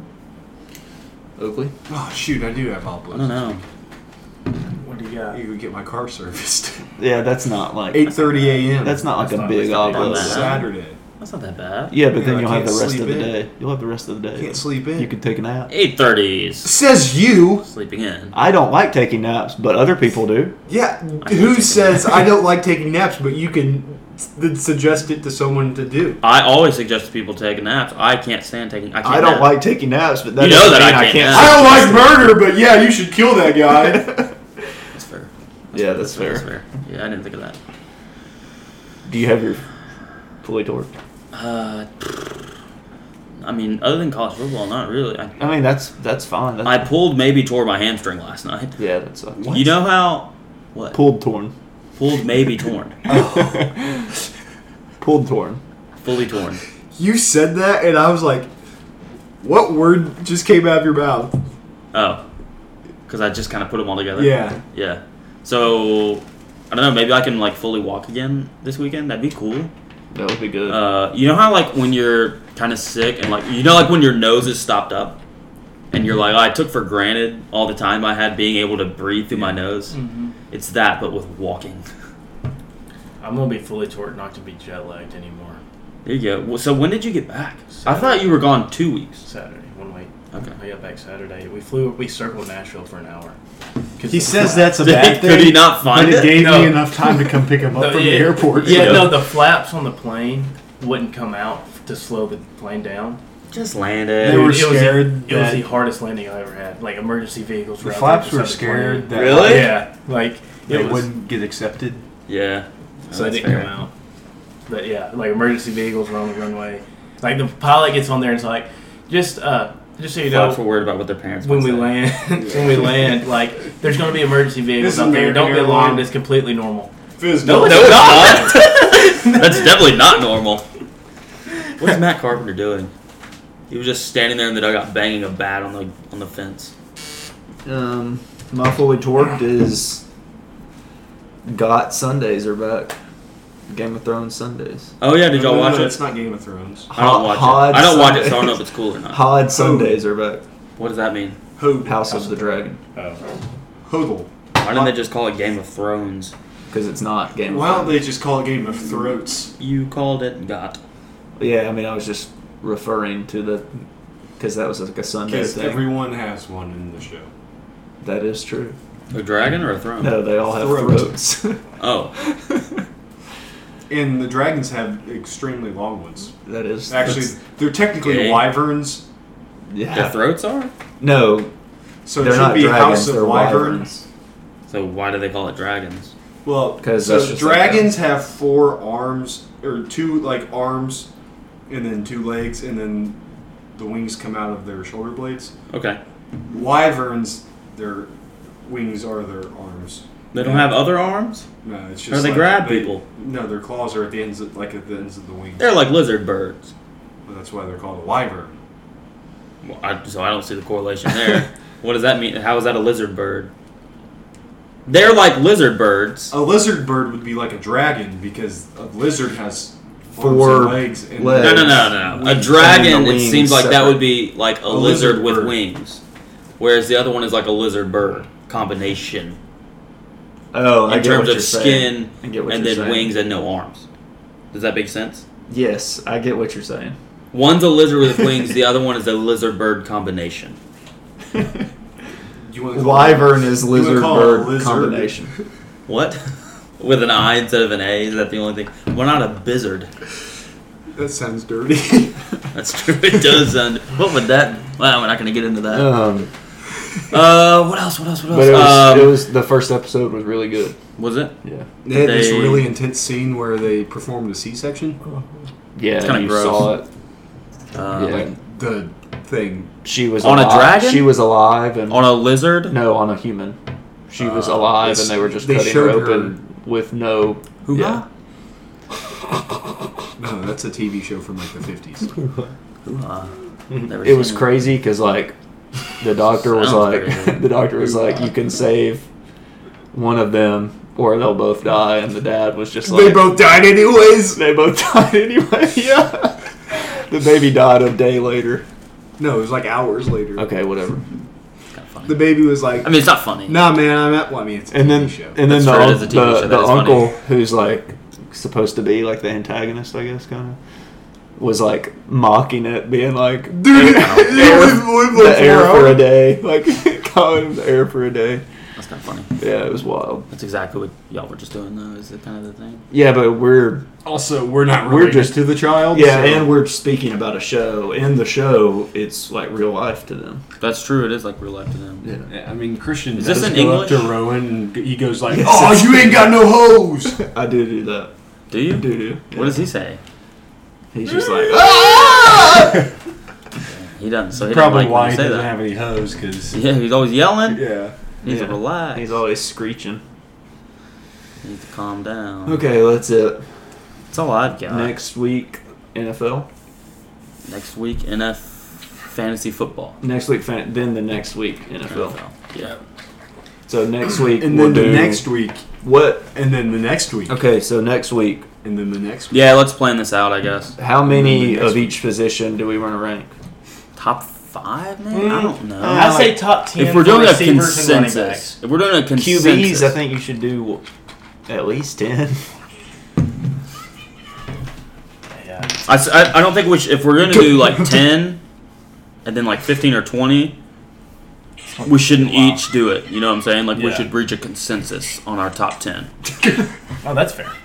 Oakley.
Oh shoot, I do have oblos.
I don't know.
What do you got?
I need to get my car serviced.
Yeah, that's not like
Eight thirty a.m.
that's not like
That's
a
not-
big
that's not
obvious.
on
bad.
Saturday.
That's not that bad.
Yeah, but
Yeah,
then
I
you'll have
can't
the rest
sleep
of the
in.
day. You'll have the rest of the day.
Can't sleep in.
You can take a nap.
Eight thirties.
Says you.
Sleeping in.
I don't like taking naps, but other people do.
Yeah.
I
Who
can't
says I don't like taking naps, but you can s- then suggest it to someone to do?
I always suggest to people taking naps. I can't stand taking. I, can't
I don't
nap.
like taking naps, but that
You know
doesn't
that
mean
I
I
can't
can't.
nap. I
like murder, but yeah, you should kill that guy.
That's fair.
Yeah, that's
That's
fair.
fair. Yeah, I didn't think of that.
Do you have your fully torqued?
Uh, I mean, other than college football, not really. I,
I mean, that's that's fine. That's,
I pulled maybe tore my hamstring last night.
yeah, that's uh,
You know how what
pulled Oh. torn,
pulled maybe torn, Oh.
pulled torn.
fully torn.
you said that, and I was like, "What word just came out of your mouth?"
Oh, because I just kind of put them all together.
Yeah.
yeah. So I don't know. Maybe I can like fully walk again this weekend. That'd be cool.
That would be good.
Uh, you know how like when you're kind of sick and like you know like when your nose is stopped up, and you're like "Oh, I took for granted all the time I had being able to breathe through my nose.
Mm. Mm-hmm.
It's that, but with walking.
I'm gonna be fully torqued not to be jet lagged anymore.
There you go. Well, So when did you get back? I thought you were gone two weeks.
Saturday, one week.
Okay.
I got back Saturday. We flew. We circled Nashville for an hour. 'Cause-
that's a
bad Could he thing, not find but it it?
gave
No. me
enough time to come pick him
No, yeah. Yeah, no, the flaps on the plane wouldn't come out to slow the plane down.
Just
They
landed.
were
It was the-
scared
It was
that-
the hardest landing I ever had. Like emergency vehicles.
The
out
flaps
there
were
beside the plane.
scared that
Really?
Yeah, like
they
it was,
wouldn't get accepted.
Yeah.
so
Oh,
it
that's
didn't
fair.
come out. But yeah, like emergency vehicles were on the runway. Like the pilot gets on there and it's like, just uh, just so you
Flaps
know,
were worried about what their parents
when
would
we
say.
land, when we land, like there's gonna be emergency vehicles
This is
out there.
American
Don't get
Airlines.
alarmed. It's completely normal.
Physical.
No, it's not. That's definitely not normal. What's Matt Carpenter doing? He was just standing there in the dugout banging a bat on the on the fence.
um, my fully torqued is got Sundays are back. Game of Thrones Sundays.
Oh yeah, did y'all
No,
watch
no,
it?
It's not Game of Thrones.
I don't watch
Hod
it. I don't watch it, so I don't
Sundays.
know if it's cool or not.
Oh.
Hod Sundays are back.
What does that mean?
Ho-
House of the Dragon
Hodel.
Why didn't they just call it Game of Thrones?
because it's not Game
Why
of
don't
Thrones.
they just call it Game of Throats?
You called it got.
Yeah, I mean, I was just referring to the because that was like a Sunday
Because
thing.
everyone has one in the show.
that is true.
A dragon or a throne?
No, they all have
Throat.
throats.
Oh,
And the dragons have extremely long ones.
that is
Actually,
that's-
they're technically
Okay.
wyverns.
yeah.
their throats are.
No,
So it
they're
should
not
be
dragons,
House of
they're
Wyvern.
wyverns.
So why do they call it dragons?
Well,
'Cause
so
that's just like
dragons have four arms or two like arms, and then two legs, and then the wings come out of their shoulder blades.
Okay.
Wyverns, their wings are their arms.
They don't have other arms?
No, it's just
Or they
like
grab people.
No, their claws are at the ends of like at the ends of the wings.
They're like lizard birds.
Well, that's why they're called a wyvern.
Well, I, so I don't see the correlation there. what does that mean? How is that a lizard bird? They're like lizard birds.
A lizard bird would be like a dragon because a lizard has
Four
arms and legs. And
legs.
No, no, no, no. A
I mean,
dragon,
the
it
wings
seems like that
separate.
would be like a,
A
lizard,
lizard
with
bird.
wings, whereas the other one is like a lizard bird combination
Oh, I
in
get what
terms
you're
of skin
saying. I get what
and
you're
then
saying.
wings and no arms. Does that make sense?
Yes, I get what you're saying.
One's a lizard with wings, the other one is a lizard bird combination.
You wanna call it-
Wyvern is
you wanna
lizard
call it a
bird
lizard?
combination.
What? with an I instead of an A? Is that the only thing? We're not a bizzard.
That sounds dirty.
That's true. It does sound. What would that? Well, we're not going to get into that.
Um,
Uh, what else? What else? What
but
else?
it was,
um,
it was the first episode was really good.
was it?
Yeah,
they had this
They-
really intense scene where they performed a C-section.
yeah,
kinda
you
gross.
saw it.
Uh,
yeah.
Like the thing.
She was
On a
alive-
dragon?
She was alive and
On a Uh, lizard?
no, on a human. She was alive and they were just
they
cutting her
showed her-
open with no. Yeah.
No, that's a TV show from like the fifties.
Uh, never
It was
seen
crazy because like the doctor was like
Sounds crazy.
the doctor was like you can save one of them or they'll both die and the dad was just like
they both died anyways.
they both died anyway. Yeah. The baby died a day later.
No, it was like hours later.
Okay, whatever.
The baby was like,
I mean, it's not funny.
"Nah, man, I'm at." Well, I mean, it's a
And
TV
then
show.
and then
That's
the,
true, it
un-
is a TV
the,
show, that
the
is funny.
uncle who's like supposed to be like the antagonist, I guess, kind of was like mocking it, being like
Dude,
the
it was one
the air for a
hours.
day, like calling him the air for a day.
That's kind of funny.
Yeah, it was wild.
That's exactly what y'all were just doing, though, is that kind of the thing?
Yeah, but we're
Also, we're not
We're
related
just-
to the child.
yeah,
so-
and we're speaking about a show. In the show, it's like real life to them.
That's true. It is like real life to them.
Yeah.
Yeah, I mean, Christian
Is
does
this in
go up to
English?
Rowan and he goes like,
Yes,
"Oh,
it's-
you ain't got no hose."
I do do that.
Do you?
I do do.
What does he say?
He's just like.
He doesn't. So
Probably
he doesn't like
why
when
he
you say
doesn't
that.
have any hose because
yeah, he's always yelling.
yeah.
He needs to
Yeah.
relax.
He's always screeching.
He needs to calm down.
Okay, that's it.
That's all I've got.
Next week, NFL.
Next week, NF fantasy football.
Next week, fan- then the next week, NFL.
Yeah.
So next week,
And
we'll
then the
do-
next week,
what?
and then the next week,
Okay, so next week,
and then the next week.
Yeah, let's plan this out, I guess.
how
then the
many
next
of each position do we want to rank?
Top five, maybe? I don't know.
I say top ten.
Uh, if we're doing
for
a
receivers and running backs.
consensus, if we're doing a consensus,
QBs, I think you should do at least ten.
Yeah.
I, s- I- I don't think we should, if we're gonna do like ten, and then like fifteen or twenty, we shouldn't each do it. You know what I'm saying? Like we
Yeah.
should reach a consensus on our top ten.
Oh, that's fair.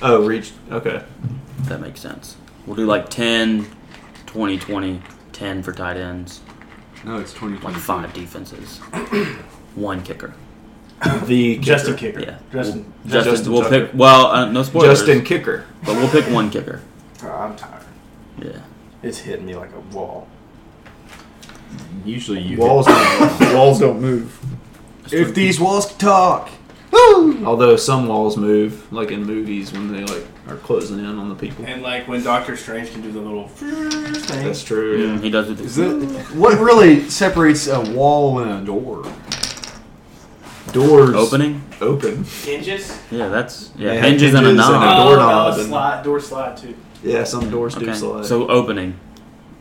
Oh, reach. Okay.
If that makes sense. We'll do like 10, 20, 20, 10 for tight ends,
No, it's twenty
like
twenty
five defenses, one kicker.
The
Justin
kicker.
kicker.
Yeah.
Justin.
Justin,
Justin
we'll
Tucker.
pick. Well, uh, no spoilers.
Justin kicker.
but we'll pick one kicker.
Oh, I'm tired.
Yeah.
It's hitting me like a wall.
Usually, you
Walls.
Walls don't move.
if these walls could talk.
Although some walls move, like in movies when they like are closing in on the people.
And like when Doctor Strange can do the little thing.
That's true. Yeah.
He does it.
Is it, what really separates a wall and a door?
Doors
Opening?
open.
Hinges.
Yeah, that's yeah.
Yeah,
hinges, and
hinges and
a
a
knob.
knob.
Oh,
doorknob
no,
and-
slide, door slide too.
Yeah, some doors do
Okay.
slide.
So opening,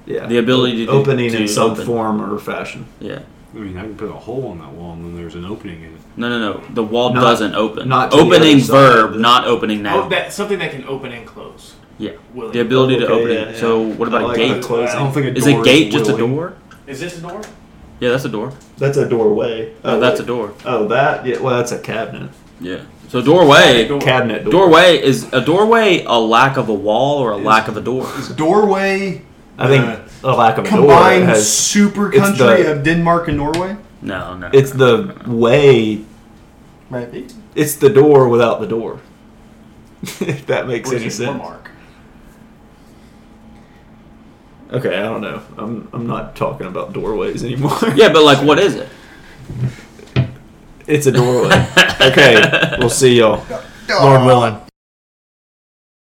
yeah,
the ability to
opening
to
in some
open.
form or fashion.
Yeah.
I mean, I can put a hole in that wall and then there's an opening in it.
No, no, no. The wall
Not-
doesn't open.
not to the
opening
other side of
verb,
the-
not opening now.
Oh, that something that can open and close.
yeah.
Willing.
The ability to
Okay,
open
yeah,
it.
yeah.
So what about
I
a
like
gate?
that. Closing.
I don't think a door
Is a gate
is
just a
willing.
door?
Is this a door?
Yeah, that's a door.
That's a doorway.
Oh, that's a door.
Oh, that. Yeah. Well, that's a cabinet.
Yeah. So doorway.
Cabinet door.
Doorway is a doorway a lack of a wall or a lack of a door?
Doorway
I think a lack of a door
combined
has.
super
it's
country
the-
of Denmark and Norway.
No, no.
It's the way.
Maybe.
It's the door without the door. if that makes
Or
any
is it
sense.
Mark?
Okay, I don't know. I'm I'm not talking about doorways anymore.
yeah, but like, what is it?
it's a doorway. okay, we'll see y'all. Lord willing.